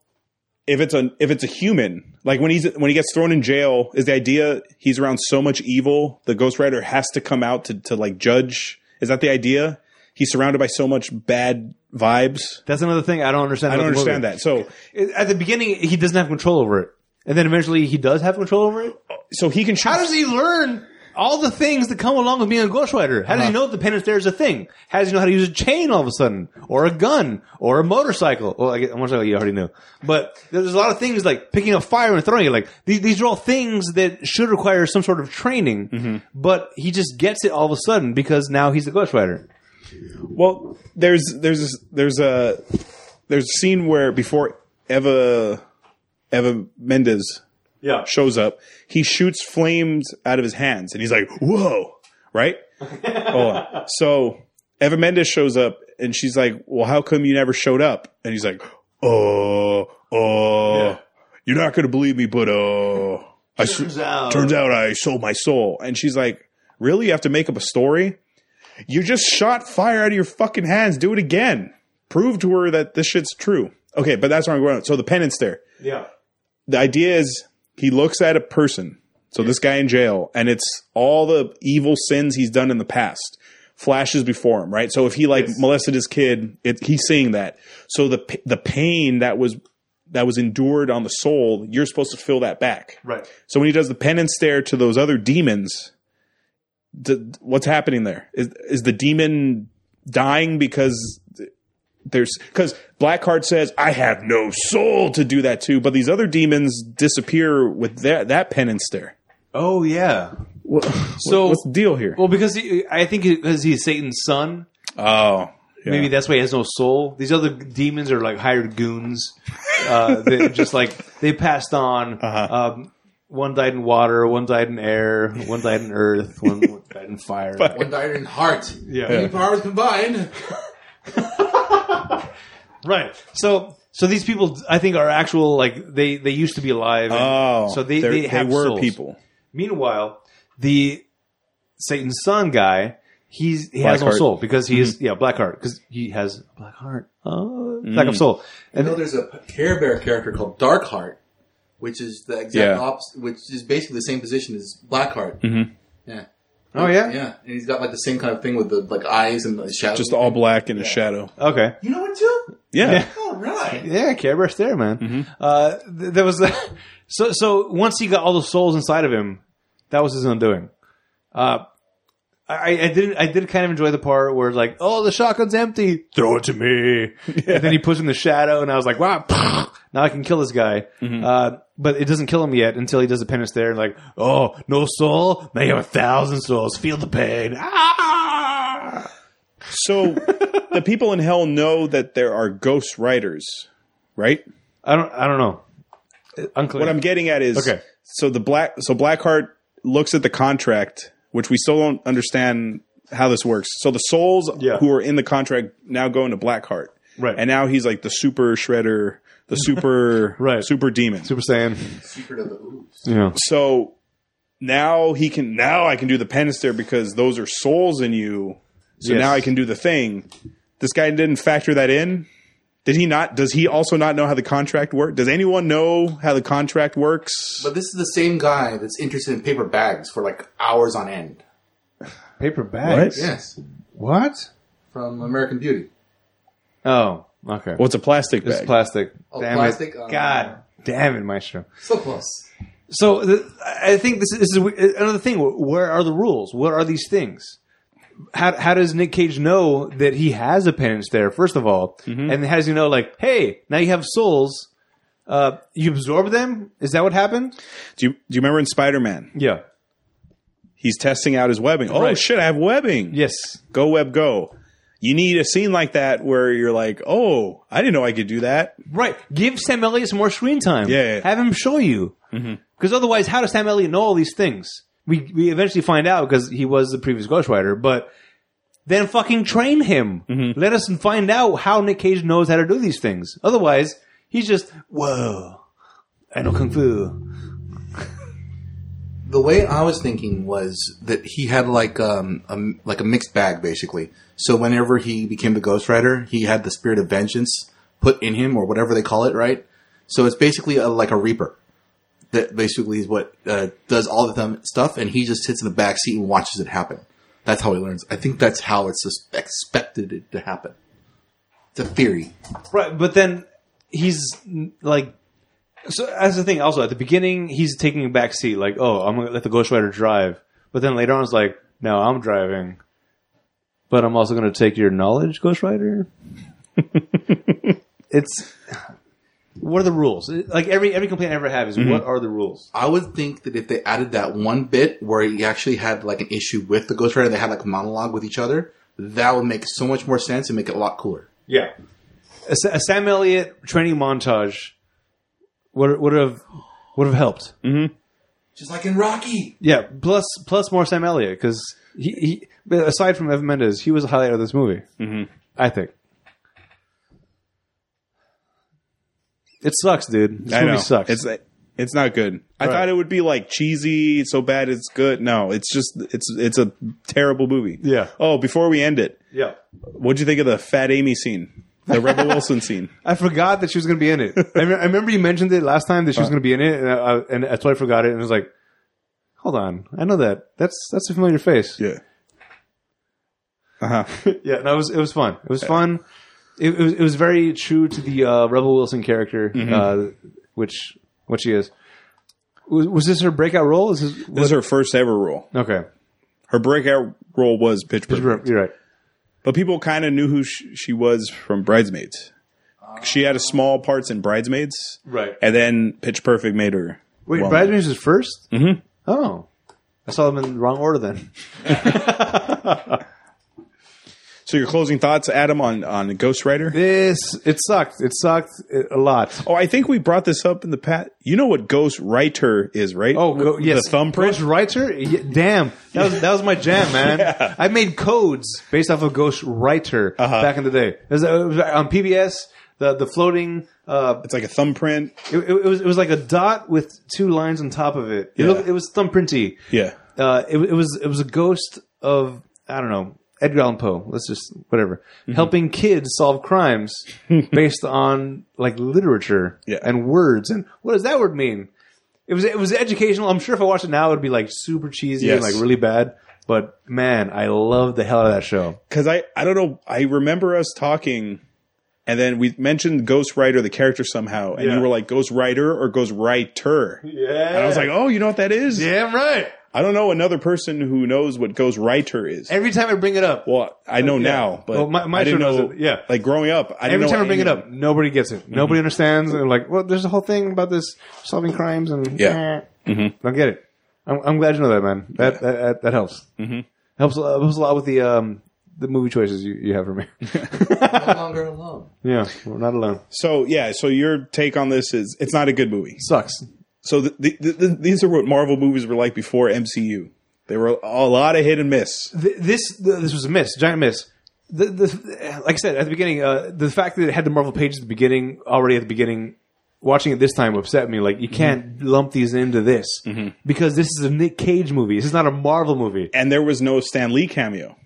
A: if it's a if it's a human, like when he's when he gets thrown in jail, is the idea he's around so much evil, the Ghost Rider has to come out to to like judge? Is that the idea? He's surrounded by so much bad vibes.
B: That's another thing I don't understand.
A: I don't
B: about the
A: understand
B: movie.
A: that. So
B: It- At the beginning, he doesn't have control over it, and then eventually he does have control over it.
A: so he can shoot
B: How does he learn all the things that come along with being a ghostwriter? How does he know the pen and stare is a thing? How does he know how to use a chain all of a sudden, or a gun, or a motorcycle? Well, I guess, a motorcycle you already knew, but there's a lot of things like picking up fire and throwing it. Like these, these are all things that should require some sort of training, but he just gets it all of a sudden because now he's a ghostwriter.
A: Well, there's there's there's a there's a scene where before Eva Eva Mendez
B: Yeah.
A: shows up, he shoots flames out of his hands, and he's like, "Whoa!" Right? Hold on. So Eva Mendez shows up, and she's like, "Well, how come you never showed up?" And he's like, "Oh, oh,
B: Yeah.
A: you're not gonna believe me, but uh, I s-
B: Turns out-
A: turns out I sold my soul." And she's like, "Really? You have to make up a story? You just shot fire out of your fucking hands. Do it again. Prove to her that this shit's true." Okay, but that's where I'm going. So the penance there
B: Yeah.
A: the idea is he looks at a person, so this guy in jail, and it's all the evil sins he's done in the past flashes before him, right? So if he like molested his kid, it, he's seeing that. So the p- the pain that was that was endured on the soul, you're supposed to fill that back.
B: Right.
A: So when he does the penance stare to those other demons, th- what's happening there? Is is the demon dying because th- there's because Blackheart says I have no soul to do that to, but these other demons disappear with that that penance stare.
B: Oh yeah.
A: So what's the deal here?
B: Well, because he, I think because he's Satan's son,
A: oh, yeah.
B: Maybe that's why he has no soul. These other demons are like hired goons. Uh, that just like they passed on.
A: Uh-huh.
B: Um, one died in water, one died in air, one died in earth, one, one died in fire.
A: Fuck.
C: One died in heart.
B: Yeah.
C: Any powers combined.
B: right. So, so these people, I think, are actual like they they used to be alive. and-
A: oh,
B: so they
A: they're-
B: they, have
A: were
B: souls.
A: people.
B: Meanwhile, the Satan's son guy, he's he has no
A: Blackheart.
B: soul because he
A: Mm-hmm.
B: is yeah black heart because he has a black heart, oh,
A: Mm.
B: lack of soul,
C: I know
B: and
C: there's a Care Bear character called Darkheart, which is the exact
A: Yeah.
C: opposite, which is basically the same position as Blackheart.
A: Mhm.
C: Yeah.
B: oh yeah,
C: Yeah, and he's got like the same kind of thing with the like eyes and the shadow.
A: Just all black in a shadow.
B: okay.
C: You know it too?
A: Yeah.
B: Yeah.
C: All right.
B: Yeah, Care Bear's there, man.
A: Mm-hmm.
B: Uh, th- there was so so once he got all the souls inside of him, that was his undoing. Uh, I, I did I did kind of enjoy the part where like, oh, the shotgun's empty, throw it to me, and then he puts in the shadow, and I was like, wow, now I can kill this guy.
A: Mm-hmm.
B: Uh, but it doesn't kill him yet until he does a penance there, and like, oh, no soul, now you have a thousand souls, feel the pain. Ah!
A: So the people in hell know that there are ghost riders, right?
B: I don't I don't know. Uh, Unclear.
A: What I'm getting at is
B: Okay.
A: So the black so Blackheart looks at the contract, which we still don't understand how this works. So the souls
B: Yeah.
A: who are in the contract now go into Blackheart,
B: Right.
A: And now he's like the super shredder, the super
B: Right.
A: super demon.
B: Super Saiyan.
C: Secret of the Ooze.
B: Yeah.
A: So now he can now I can do the penance there because those are souls in you. So
B: Yes.
A: now I can do the thing. This guy didn't factor that in. Did he not? Does he also not know how the contract works? Does anyone know how the contract works?
C: But this is the same guy that's interested in paper bags for like hours on end.
B: Paper bags.
C: Yes,
B: What?
C: from American Beauty.
B: Oh, okay.
A: What's a plastic
B: This
A: bag?
B: is plastic. uh,
C: Oh,
B: Damn
C: plastic,
B: It.
C: um,
B: God Damn it, Maestro.
D: So close.
B: So th- I think this, this is another thing. Where are the rules? What are these things? How, how does Nick Cage know that he has a penance there? First of all, and how does he know? Like, hey, now you have souls. Uh, you absorb them. Is that what happened?
A: Do you, do you remember in Spider Man?
B: Yeah.
A: He's testing out his webbing. Oh
B: Right.
A: shit, I have webbing.
B: Yes.
A: Go web go. You need a scene like that where you're like, oh, I didn't know I could do that.
B: Right. Give Sam Elliott some more screen time.
A: Yeah, Mm-hmm. yeah.
B: Have him show you. Because otherwise, how does Sam Elliott know all these things? We we eventually find out because he was the previous ghostwriter, but then fucking train him.
A: Mm-hmm.
B: Let us find out how Nick Cage knows how to do these things. Otherwise, he's just whoa. I know kung fu.
C: The way I was thinking was that he had like um a, like a mixed bag basically. So whenever he became the Ghost Rider, he had the spirit of vengeance put in him or whatever they call it, right? So it's basically a, like a Reaper. That basically is what uh, does all the thumb stuff, and he just sits in the back seat and watches it happen. That's how he learns. I think that's how it's sus- expected it to happen. It's a theory.
B: Right, but then he's n- like. So that's the thing. Also, at the beginning, he's taking a back seat, like, "Oh, I'm gonna let the ghostwriter drive," but then later on, it's like, "No, I'm driving." But I'm also gonna take your knowledge, ghostwriter. it's what are the rules? Like every every complaint I ever have is, "What are the rules?"
C: I would think that if they added that one bit where he actually had like an issue with the Ghost Rider, they had like a monologue with each other, that would make so much more sense and make it a lot cooler.
B: Yeah, a, Sa- a Sam Elliott training montage would would have would have helped.
D: Just like in Rocky.
B: Yeah, plus plus more Sam Elliott because he, he but aside from Evan Mendes, he was a highlight of this movie. Mm-hmm. I think it sucks, dude. This
A: I
B: movie
A: know.
B: sucks.
A: It's it's not good. I
B: Right.
A: thought it would be like cheesy, so bad it's good. No, it's just it's it's a terrible movie.
B: Yeah.
A: Oh, before we end it,
B: yeah,
A: what'd you think of the Fat Amy scene, the Rebel Wilson scene?
B: I forgot that she was going to be in it. I, me- I remember you mentioned it last time that she was going to be in it, and I, I, and I totally forgot it. And I was like, hold on, I know that. That's that's a familiar face.
A: Yeah. Uh huh.
B: yeah, no, it was it was fun. It was fun. It, it was it was very true to the uh, Rebel Wilson character, uh, which what she is. Was, was this her breakout role? Is this,
A: This is her first ever role.
B: okay?
A: Her breakout role was Pitch Perfect.
B: You're you're right.
A: But people kind of knew who sh- she was from Bridesmaids. She had a small parts in Bridesmaids,
B: Right.
A: and then Pitch Perfect made her.
B: Wait,
A: well-
B: Bridesmaids was 1st Mm-hmm. Oh, I saw them in the wrong order then.
A: So your closing thoughts, Adam, on on Ghost Rider?
B: This it sucked. It sucked uh, a lot.
A: Oh, I think we brought this up in the past. You know what Ghost Writer is, right?
B: Oh, go,
A: the
B: yes,
A: thumbprint.
B: Ghost Writer. Yeah, damn, that was that was my jam, man. I made codes based off of Ghost Writer back in the day. It was, uh, it was on PBS, the the floating. Uh,
A: It's like a thumbprint.
B: it, it was it was like a dot with two lines on top of it. It,
A: Yeah.
B: looked, it was thumbprinty.
A: Yeah,
B: Uh, it, it was it was a ghost of I don't know Edgar Allan Poe. Let's just whatever
A: Mm-hmm.
B: helping kids solve crimes based on like literature
A: Yeah.
B: and words and what does that word mean? It was it was educational. I'm sure if I watched it now, it would be like super cheesy and
A: Yes.
B: like really bad. But man, I love the hell out of that show.
A: because I I don't know. I remember us talking, and then we mentioned Ghost Rider, the character somehow, and
B: Yeah.
A: you were like Ghost Rider or Ghost Writer.
B: Yeah,
A: And I was like, oh, you know what that is?
B: damn right.
A: I don't know another person who knows what Ghost Writer is.
B: Every time I bring it up,
A: Well, I know now, but
B: Well, my- my
A: I didn't
B: show knows
A: know.
B: it, yeah.
A: like growing up, I didn't
B: every
A: know
B: time I Mm-hmm. bring it
A: any-
B: up, nobody gets it. Nobody understands. And like, well, there's a whole thing about this solving crimes and
A: Yeah.
B: Eh. don't get it. I'm, I'm glad you know that, man. That that, that, that helps. Mm-hmm. Helps a- helps a lot with the um the movie choices you, you have for me.
D: No longer alone.
B: yeah, we're not alone.
A: So yeah, so your take on this is it's not a good movie.
B: Sucks.
A: So th the, th th these are what Marvel movies were like before MCU. They were a lot of hit and miss.
B: Th- this th- this was a miss, giant miss. The, the, like I said at the beginning, uh, the fact that it had the Marvel page at the beginning, already at the beginning, watching it this time upset me. Like you can't lump these into this because this is a Nick Cage movie. This is not a Marvel movie.
A: And there was no Stan Lee cameo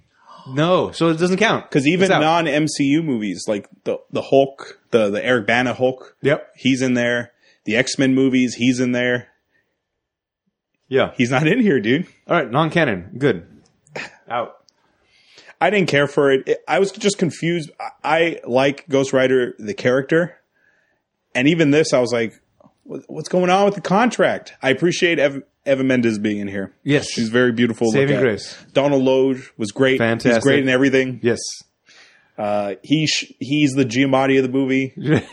B: No, so it doesn't count.
A: because even
B: It's out.
A: non MCU movies like the the Hulk, the the Eric Bana Hulk,
B: Yep.
A: he's in there. The X Men movies, he's in there.
B: Yeah.
A: He's not in here, dude.
B: All right. Non canon. Good. Out.
A: I didn't care for it. It- I was just confused. I, I like Ghost Rider the character, and even this, I was like, what- what's going on with the contract? I appreciate Ev- Evan Mendes being in here.
B: Yes.
A: She's very beautiful. to look
B: Saving
A: at.
B: grace.
A: Donald Loge was great.
B: Fantastic.
A: He's great in everything.
B: Yes.
A: Uh, he sh- he's the Giamatti of the movie.
B: but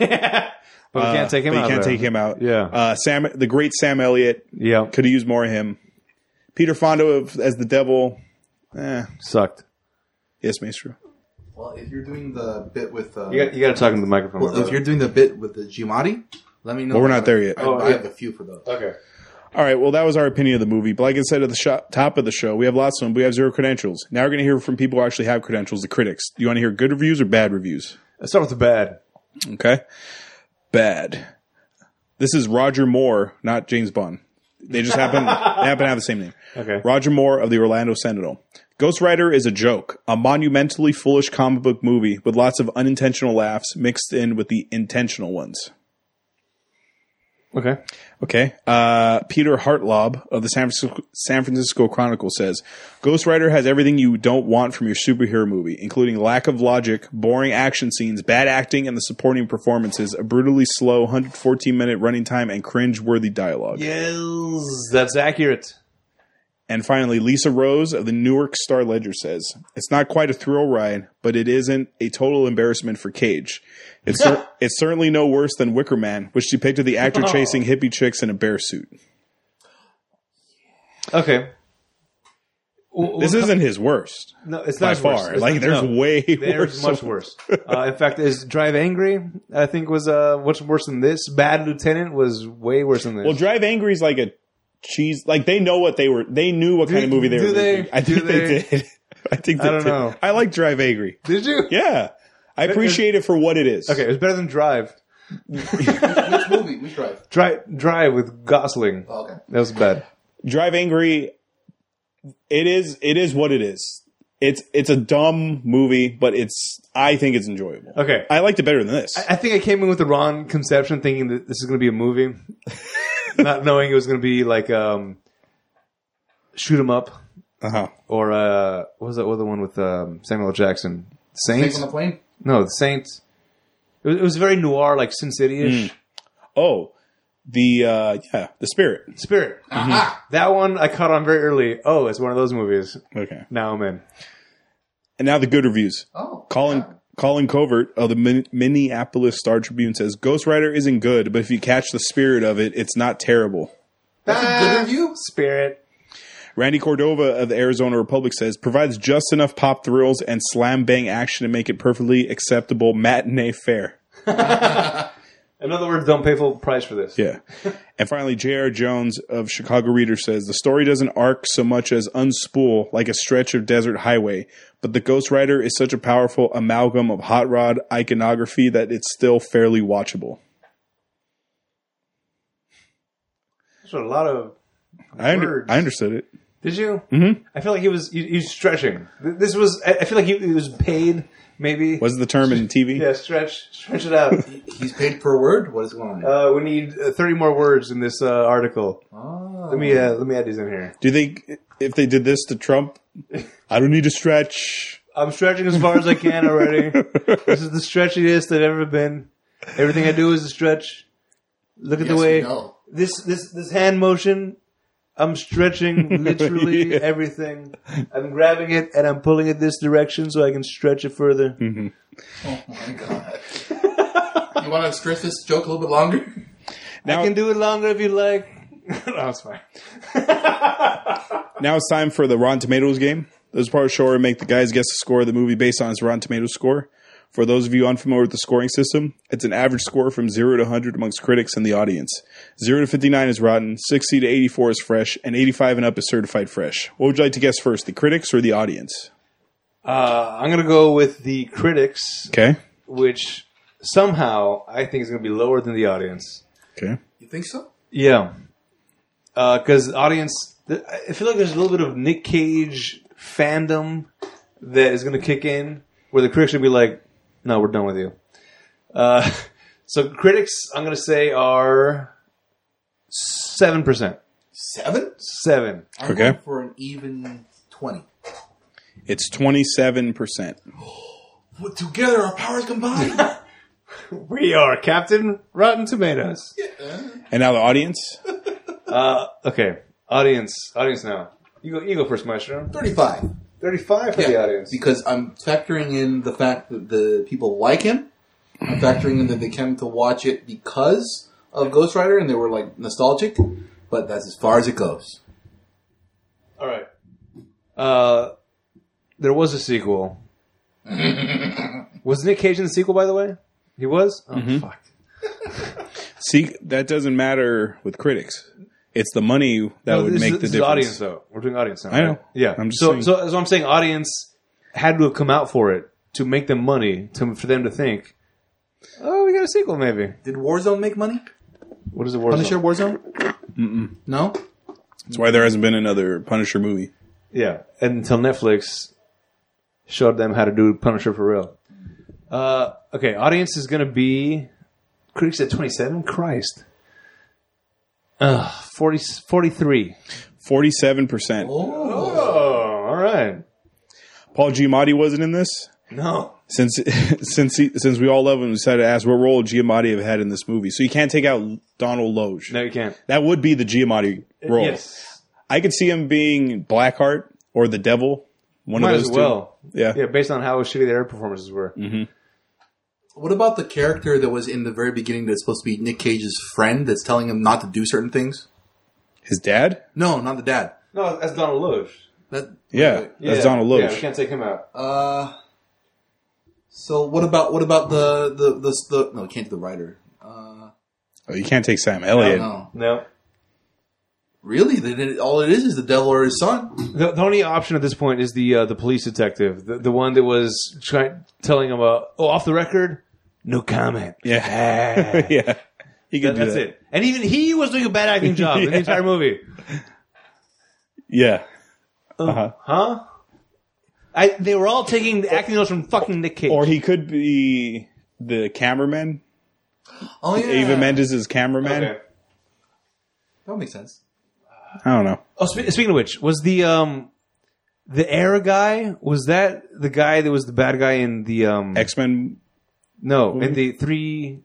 B: we Oh, can't take him
A: but
B: out.
A: You can't
B: though.
A: take him out.
B: Yeah.
A: Uh, Sam, the great Sam Elliott
B: Yeah.
A: could have used more of him. Peter Fonda of, as the devil. Eh,
B: Sucked.
A: yes, Maestro.
C: Well, if you're doing the bit with, uh,
B: You got, you got to talk into the microphone.
C: well, if you're doing the bit with the Giamatti, let me know.
A: Well, we're not there yet.
C: I,
B: Oh,
C: I
B: yeah.
C: have a few for those.
B: okay.
A: All right. Well, that was our opinion of the movie. But like I said at the sho- top of the show, we have lots of them. but We have zero credentials. Now we're going to hear from people who actually have credentials, the critics. Do you want to hear good reviews or bad reviews?
B: Let's start with the bad.
A: Okay. Bad. This is Roger Moore, not James Bond. They just happen, they happen to have the same name.
B: Okay.
A: Roger Moore of the Orlando Sentinel. Ghost Rider is a joke, a monumentally foolish comic book movie with lots of unintentional laughs mixed in with the intentional ones.
B: Okay.
A: Okay. Uh, Peter Hartlob of the San Francisco, San Francisco Chronicle says Ghost Rider has everything you don't want from your superhero movie, including lack of logic, boring action scenes, bad acting, and the supporting performances, a brutally slow 114 minute running time, and cringe worthy dialogue.
B: Yes, that's accurate.
A: And finally, Lisa Rose of the Newark Star Ledger says, "It's not quite a thrill ride, but it isn't a total embarrassment for Cage. It's cer- it's certainly no worse than Wicker Man, which depicted the actor chasing hippie chicks in a bear suit.
B: Okay. W-
A: This
B: w-
A: isn't his worst
B: no, it's
A: by
B: not
A: far.
B: Worse. It's
A: Like
B: not-
A: there's
B: no,
A: way worse.
B: there's much worse. Uh, in fact, is Drive Angry? I think was uh, much worse than this. Bad Lieutenant was way worse than this.
A: Well, Drive Angry is like a cheese. Like they know what they were. They knew what kind of movie they
B: do
A: were.
B: they-
A: making. I
B: do
A: think they,
B: they-
A: did. I think they
B: I don't
A: did.
B: know.
A: I like Drive Angry.
B: Did you?
A: Yeah, I appreciate it for what it is.
B: Okay, it was better than Drive.
C: Which movie? Which drive?
B: Drive, Drive with Gosling.
C: Oh, okay.
B: That was bad.
A: Drive Angry it is it is what it is. It's it's a dumb movie, but it's I think it's enjoyable.
B: Okay.
A: I liked it better than this.
B: I think I came in with the wrong conception, thinking that this is going to be a movie, not knowing it was going to be like um, shoot 'em up
A: Uh-huh.
B: or uh, what was that other one with um, Samuel L. Jackson?
C: Snakes
B: Saints?
C: on the plane.
B: No, the Saints. It was, it was very noir, like Sin City ish.
C: Hmm.
A: Oh, the uh yeah, The Spirit.
B: Spirit.
C: Ah,
B: That one I caught on very early. Oh, it's one of those movies.
A: Okay.
B: Now I'm in.
A: And now the good reviews.
C: oh,
A: Colin Colin Covert of the Min- Minneapolis Star Tribune says Ghost Rider isn't good, but if you catch the spirit of it, it's not terrible.
C: That's a good review.
B: Spirit.
A: Randy Cordova of the Arizona Republic says provides just enough pop thrills and slam bang action to make it perfectly acceptable matinee fare.
B: In other words, don't pay full price for this.
A: Yeah. and finally, J.R. Jones of Chicago Reader says the story doesn't arc so much as unspool like a stretch of desert highway, but the Ghost Rider is such a powerful amalgam of hot rod iconography that it's still fairly watchable.
B: That's what a lot of.
A: I, under-
B: Words.
A: I understood it.
B: Did you? Mm-hmm. I feel like he was he, he was stretching. Th- This was. I I feel like he, he was paid. Maybe.
A: Was the term in TV?
B: Yeah, stretch, stretch it out.
C: He's paid per word. What is going on? Here?
B: uh, we need uh, thirty more words in this uh, article.
C: oh,
B: Let me uh, let me add these in here.
A: Do you think if they did this to Trump, I don't need to stretch.
B: I'm stretching as far as I can already. this is the stretchiest I've ever been. Everything I do is a stretch. Look at
C: Yes,
B: the
C: we
B: way
C: know.
B: this this this hand motion. I'm stretching literally
A: Yeah.
B: everything. I'm grabbing it and I'm pulling it this direction so I can stretch it further.
C: Oh my god. you want to stretch this joke a little bit longer?
A: Now,
B: I can do it longer if you like. no, it's fine.
A: now it's time for the Rotten Tomatoes game. This is part of the show where we make the guys guess the score of the movie based on its Rotten Tomatoes score. For those of you unfamiliar with the scoring system, it's an average score from 0 to 100 amongst critics and the audience. 0 to 59 is rotten, 60 to 84 is fresh, and 85 and up is certified fresh. What would you like to guess first, the critics or the audience?
B: Uh, I'm gonna go with the critics,
A: Okay.
B: which somehow I think is gonna be lower than the audience.
A: Okay.
C: You think so?
B: Yeah, because Uh, audience, th- I feel like there's a little bit of Nick Cage fandom that is gonna kick in, where the critics should be like, "No, we're done with you." Uh, so critics, I'm gonna say are seven percent,
C: Seven?
B: seven.
C: I'm
A: Okay.
C: going for an even twenty.
A: It's 27%.
C: What, together, our powers combined.
B: We are Captain Rotten Tomatoes.
C: Yeah,
A: And now the audience.
B: Uh, okay, audience, audience now. You go, you go first, Maestro.
C: 35.
B: Thirty-five for the audience.
C: Because I'm factoring in the fact that the people like him. I'm factoring in that they came to watch it because of Ghost Rider and they were like nostalgic, but that's as far as it goes.
B: All right. Uh, there was a sequel. was Nick Cage in the sequel, by the way? He was. Oh
A: Mm-hmm.
B: fuck.
A: See, that doesn't matter with critics. It's the money that
B: No,
A: would
B: this
A: make
B: is,
A: the
B: this is
A: difference.
B: audience, though. We're doing audience now.
A: I know.
B: right? Yeah.
A: I'm just
B: so,
A: saying.
B: so, so I'm saying audience had to have come out for it to make them money to, for them to think, oh, we got a sequel maybe.
C: Did Warzone make money?
B: What is the word?
C: Punisher Warzone? Mm-mm. No?
A: That's why there hasn't been another Punisher movie.
B: Yeah, and until Netflix showed them how to do Punisher for real. Uh, okay, audience is going to be critics at 27. Christ. Uh, 40, 43.
A: Forty-seven percent.
B: Oh, all right.
A: Paul Giamatti wasn't in this.
B: No.
A: Since since he, since we all love him, we decided to ask what role would Giamatti have had in this movie. So you can't take out Donald Loge.
B: No, you can't.
A: That would be the Giamatti role.
B: Yes.
A: I could see him being Blackheart or the Devil. One
B: Might
A: of those
B: as well.
A: two. Mm-hmm. Yeah.
B: Yeah, based on how shitty their performances were.
C: What about the character that was in the very beginning that's supposed to be Nick Cage's friend that's telling him not to do certain things?
A: His dad.
C: No, not the dad.
B: No, that's Donald Loge.
C: That
A: Yeah, that's Donald Loge.
B: Yeah, we can't take him out.
C: Uh, so what about what about the the the, the no? it Can't do the writer. Uh,
A: Oh, you can't take Sam
C: I
A: Elliott.
C: don't know.
B: No.
C: Really? They did, all it is is the devil or his son.
B: The, the only option at this point is the uh, the police detective, the, the one that was try- telling him, uh, "Oh, off the record, no comment."
A: Yeah. yeah. He could do
B: That- that's
A: that.
B: it. And even he was doing a bad acting job in the
A: Yeah.
B: entire movie,
A: Yeah.
B: huh? I, they were all taking the acting notes from fucking Nick Cage.
A: Or he could be the cameraman.
C: Oh yeah,
A: Ava Mendez's cameraman.
B: Okay.
C: That makes sense.
A: I don't know.
B: Oh, spe- speaking of which, was the um the air guy was that the guy that was the bad guy in the um
A: X Men.
B: no in the three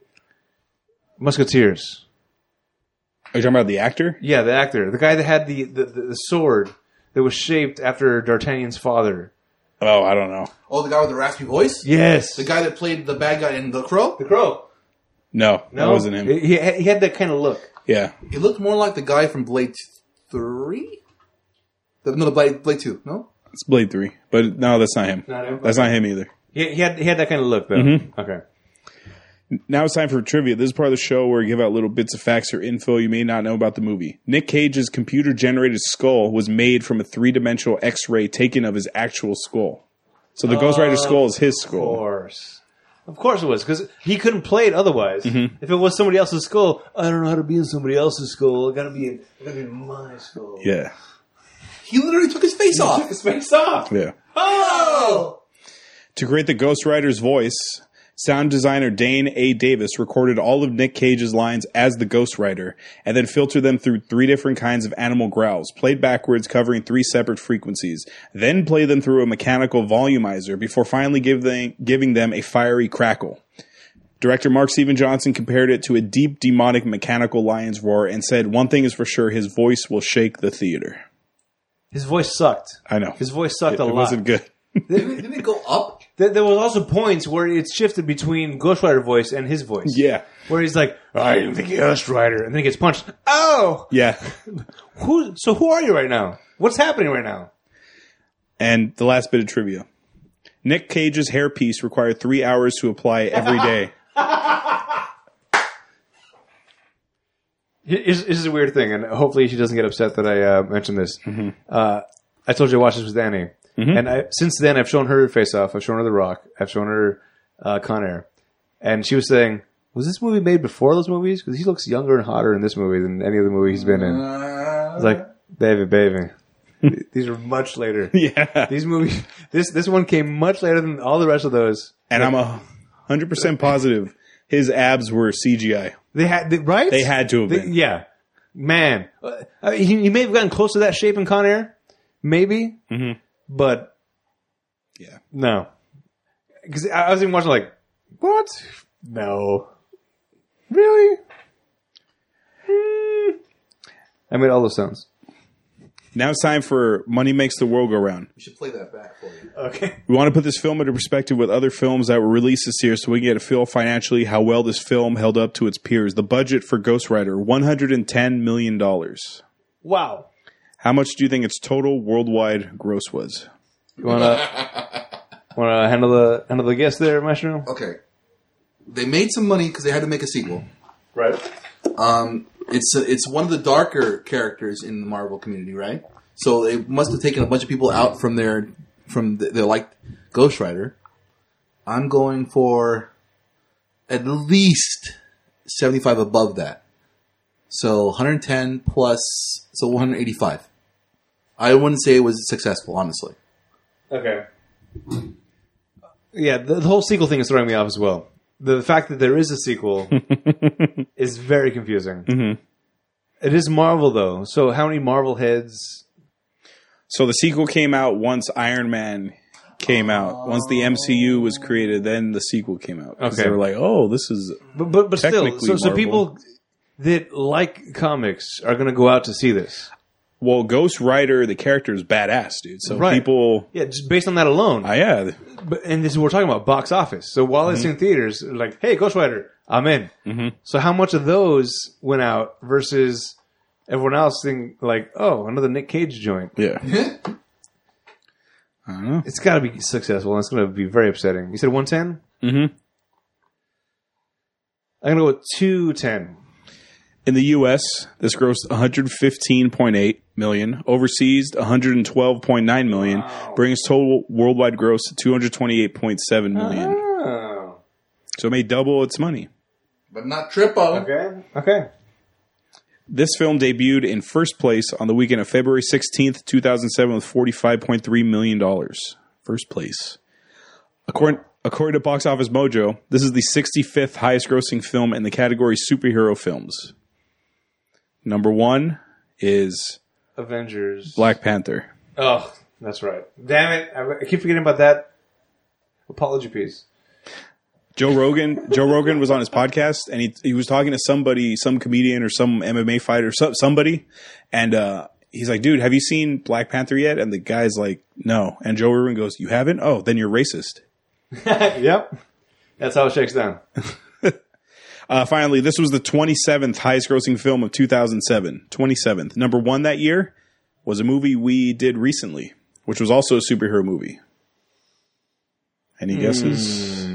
B: Musketeers?
A: Are you talking about the actor?
B: Yeah, the actor, the guy that had the the, the, the sword that was shaped after D'Artagnan's father.
A: Oh, I don't know.
C: Oh, the guy with the raspy voice.
B: Yes,
C: The guy that played the bad guy in The Crow.
B: the crow.
A: No, that wasn't him.
B: He, he had- he had that kind of look.
A: yeah.
C: It looked more like the guy from Blade Three. The, no, the Blade Blade Two. No.
A: It's Blade 3. But no, that's not him.
B: Not him?
A: That's Mm-hmm. not him either.
B: He, he had he had that kind of look though. Okay.
A: Now it's time for trivia. This is part of the show where we give out little bits of facts or info you may not know about the movie. Nick Cage's computer generated skull was made from a three dimensional X ray taken of his actual skull. So the Ghost Rider skull is his
B: Of
A: skull.
B: course. Of course it was because he couldn't play it otherwise.
A: Mm-hmm.
B: If it was somebody else's skull, I don't know how to be in somebody else's skull. I gotta be in, I gotta be in my skull.
A: Yeah.
C: He literally took his face off.
B: It's face off.
A: Yeah.
C: Oh.
A: To create the Ghost Rider's voice, sound designer Dane A. Davis recorded all of Nick Cage's lines as the Ghost Rider and then filtered them through three different kinds of animal growls, played backwards, covering three separate frequencies, then play them through a mechanical volumizer before finally giving, giving them a fiery crackle. Director Mark Steven Johnson compared it to a deep, demonic, mechanical lion's roar and said, One thing is for sure, his voice will shake the theater.
B: His voice sucked.
A: I know.
B: His voice sucked
A: it,
B: a
A: it
B: lot.
A: wasn't good.
C: Didn't, didn't it go up?
B: There, there was also points where it shifted between Ghost Rider voice and his voice.
A: yeah.
B: Where he's like, I am the Ghost Rider, and then he gets punched. Oh,
A: Yeah.
B: who? So who are you right now? What's happening right now?
A: And the last bit of trivia. Nick Cage's hairpiece required three hours to apply every day.
B: This this is a weird thing, and hopefully she doesn't get upset that I uh, mentioned this. Uh, I told you I watched this with Annie, and I, since then I've shown her Face Off, I've shown her The Rock, I've shown her uh, Con Air, and she was saying, "Was this movie made before those movies? Because he looks younger and hotter in this movie than any other movie he's been in." I was like, "Baby, baby, these are much later.
A: yeah.
B: These movies, this this one came much later than all the rest of those.
A: And I'm a hundred percent positive his abs were CGI.
B: They had they, right?
A: They had to have
B: The-
A: been.
B: yeah, man, Uh, I mean, he, he may have gotten close to that shape in Con Air, maybe, mm-hmm. but
A: Yeah.
B: no, because I, I was even watching like, what? No, really? Hmm. I made all those sounds.
A: Now it's time for Money Makes the World Go Round.
C: We should play that back for you.
B: Okay.
A: We want to put this film into perspective with other films that were released this year so we can get a feel financially how well this film held up to its peers. The budget for Ghost Rider, $110 million.
B: Wow.
A: How much do you think its total worldwide gross was?
B: You wanna wanna handle the handle the guess there, mushroom?
C: Okay. They made some money because they had to make a sequel.
B: Right.
C: Um, it's it's one of the darker characters in the Marvel community, right? So they must have taken a bunch of people out from their from the, they liked Ghost Rider. I'm going for at least 75 above that. So 110 plus so 185. I wouldn't say it was successful, honestly.
B: Okay. Yeah, the, the whole sequel thing is throwing me off as well. The fact that there is a sequel is very confusing.
A: Mhm.
B: It is Marvel though, so how many Marvel heads?
A: So the sequel came out once Iron Man came out. Once the MCU was created, then the sequel came out. 'Cause
B: Okay.
A: They were like, oh, this is.
B: But but, but still,
A: Technically
B: so, so
A: Marvel.
B: people that like comics are going to go out to see this.
A: Well, Ghost Rider, the character is badass, dude. So
B: Right.
A: people.
B: Yeah, just based on that alone.
A: Ah, yeah.
B: but, and this is we're talking about box office. So while
A: Mm-hmm.
B: it's in theaters, like, hey, Ghost Rider, I'm in. So how much of those went out versus everyone else thinking like, oh, another Nick Cage joint?
A: Yeah. I don't know.
B: It's got to be successful, and it's going to be very upsetting. You said 110.
A: Mhm.
B: I'm going to go with 210.
A: In the US, this grossed 115.8 million. Overseas, 112.9 million, brings total worldwide gross to 228.7 million.
B: Oh,
A: So it made double its money.
C: But not triple.
B: okay, okay.
A: This film debuted in first place on the weekend of February 16th, 2007 with 45.3 million dollars. First place. According according to Box Office Mojo, this is the 65th highest grossing film in the category superhero films. Number 1 is
B: Avengers.
A: Black Panther.
B: Oh, that's right. Damn it! I I keep forgetting about that apology piece.
A: Joe Rogan. Joe Rogan was on his podcast, and he he was talking to somebody, some comedian or some MMA fighter, so, somebody, and uh, he's like, "Dude, have you seen Black Panther yet?" And the guy's like, "No." And Joe Rogan goes, "You haven't? Oh, then you're racist."
B: yep, that's how it shakes down.
A: Uh, finally, this was the 27th highest-grossing film of 2007. 27th, number one that year was a movie we did recently, which was also a superhero movie. Any guesses?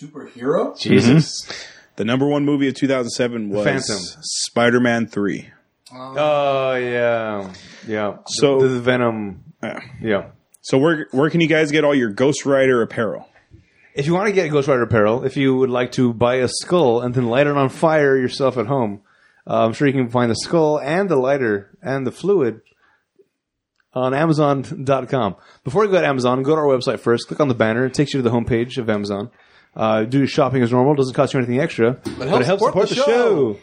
C: Superhero?
B: Jesus.
A: The number one movie of 2007 was
B: Phantom.
A: Spider-Man 3.
B: Oh yeah, yeah.
A: So-
B: the, the Venom.
A: Yeah.
B: Yeah.
A: So where where can you guys get all your Ghost Rider apparel?
B: If you want to get Ghost Rider apparel, if you would like to buy a skull and then light it on fire yourself at home, uh, I'm sure you can find the skull and the lighter and the fluid on Amazon.com. Before you go to Amazon, go to our website first. Click on the banner. It takes you to the homepage of Amazon. Uh, do shopping as normal. Doesn't cost you anything extra, but,
C: helps support the show.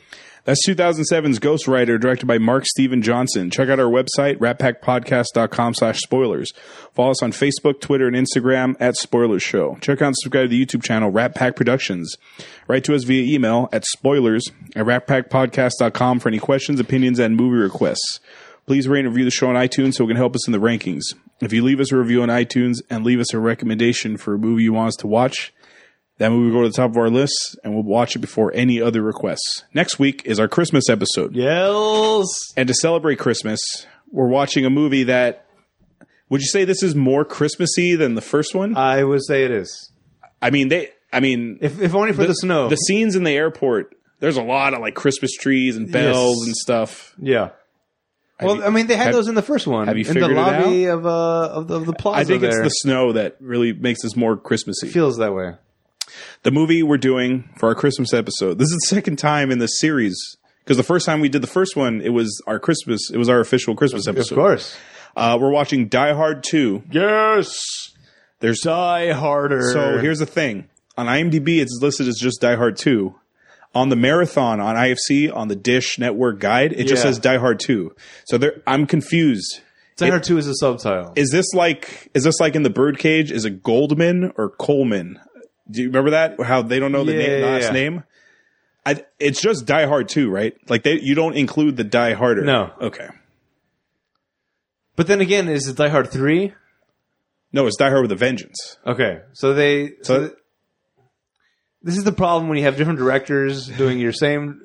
A: That's 2007's Ghost Rider, directed by Mark Steven Johnson. Check out our website, ratpackpodcast.com slash spoilers. Follow us on Facebook, Twitter, and Instagram at Spoilers Show. Check out and subscribe to the YouTube channel, Rat Pack Productions. Write to us via email at spoilers at ratpackpodcast.com for any questions, opinions, and movie requests. Please rate and review the show on iTunes so it can help us in the rankings. If you leave us a review on iTunes and leave us a recommendation for a movie you want us to watch, that movie will go to the top of our list, and we'll watch it before any other requests. Next week is our Christmas episode.
B: Yells.
A: And to celebrate Christmas, we're watching a movie that would you say this is more Christmassy than the first one?
B: I would say it is.
A: I mean, they I mean
B: If, if only for the, snow.
A: the scenes in the airport, there's a lot of like Christmas trees and bells
B: Yes.
A: and stuff.
B: Yeah. Well,
A: you-
B: I mean, they had
A: have-
B: those in the first one.
A: have you
B: in the
A: figured it
B: lobby of uh of the, of the plaza?
A: I think it's
B: there.
A: the snow that really makes this more Christmassy.
B: feels that way.
A: the movie we're doing for our Christmas episode. This is the second time in this series because the first time we did the first one, it was our Christmas. It was our official Christmas episode.
B: Of course.
A: Uh, we're watching Die Hard 2.
B: Yes.
A: There's
B: Die harder.
A: so here's the thing. On IMDb, it's listed as just Die Hard 2. On the marathon on IFC on the Dish Network guide, it just
B: Yeah.
A: says Die Hard 2. So there, I'm confused.
B: Die Hard Two is a subtitle.
A: Is this like is this like in the Birdcage? Is it Goldman or Coleman? Do you remember that? How they don't know the
B: Yeah,
A: name,
B: yeah,
A: last
B: yeah.
A: name? I, it's just Die Hard 2, right? Like they, you don't include the Die Harder.
B: No.
A: Okay.
B: But then again, is it Die Hard three?
A: No, it's Die Hard with a Vengeance.
B: Okay, so they so.
A: So-
B: th- this is the problem when you have different directors doing your same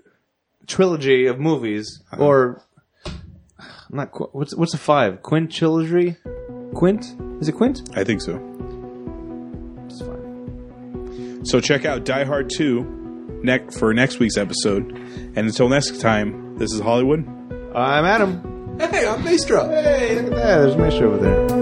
B: trilogy of movies, or not qu- what's what's a five quintilogy? Quint is it quint?
A: I think so.
B: It's fine.
A: So check out Die Hard 2 neck for next week's episode. And until next time, this is Hollywood.
B: I'm Adam.
C: Hey, I'm Maestro.
B: Hey, look at that! There's Mish over there.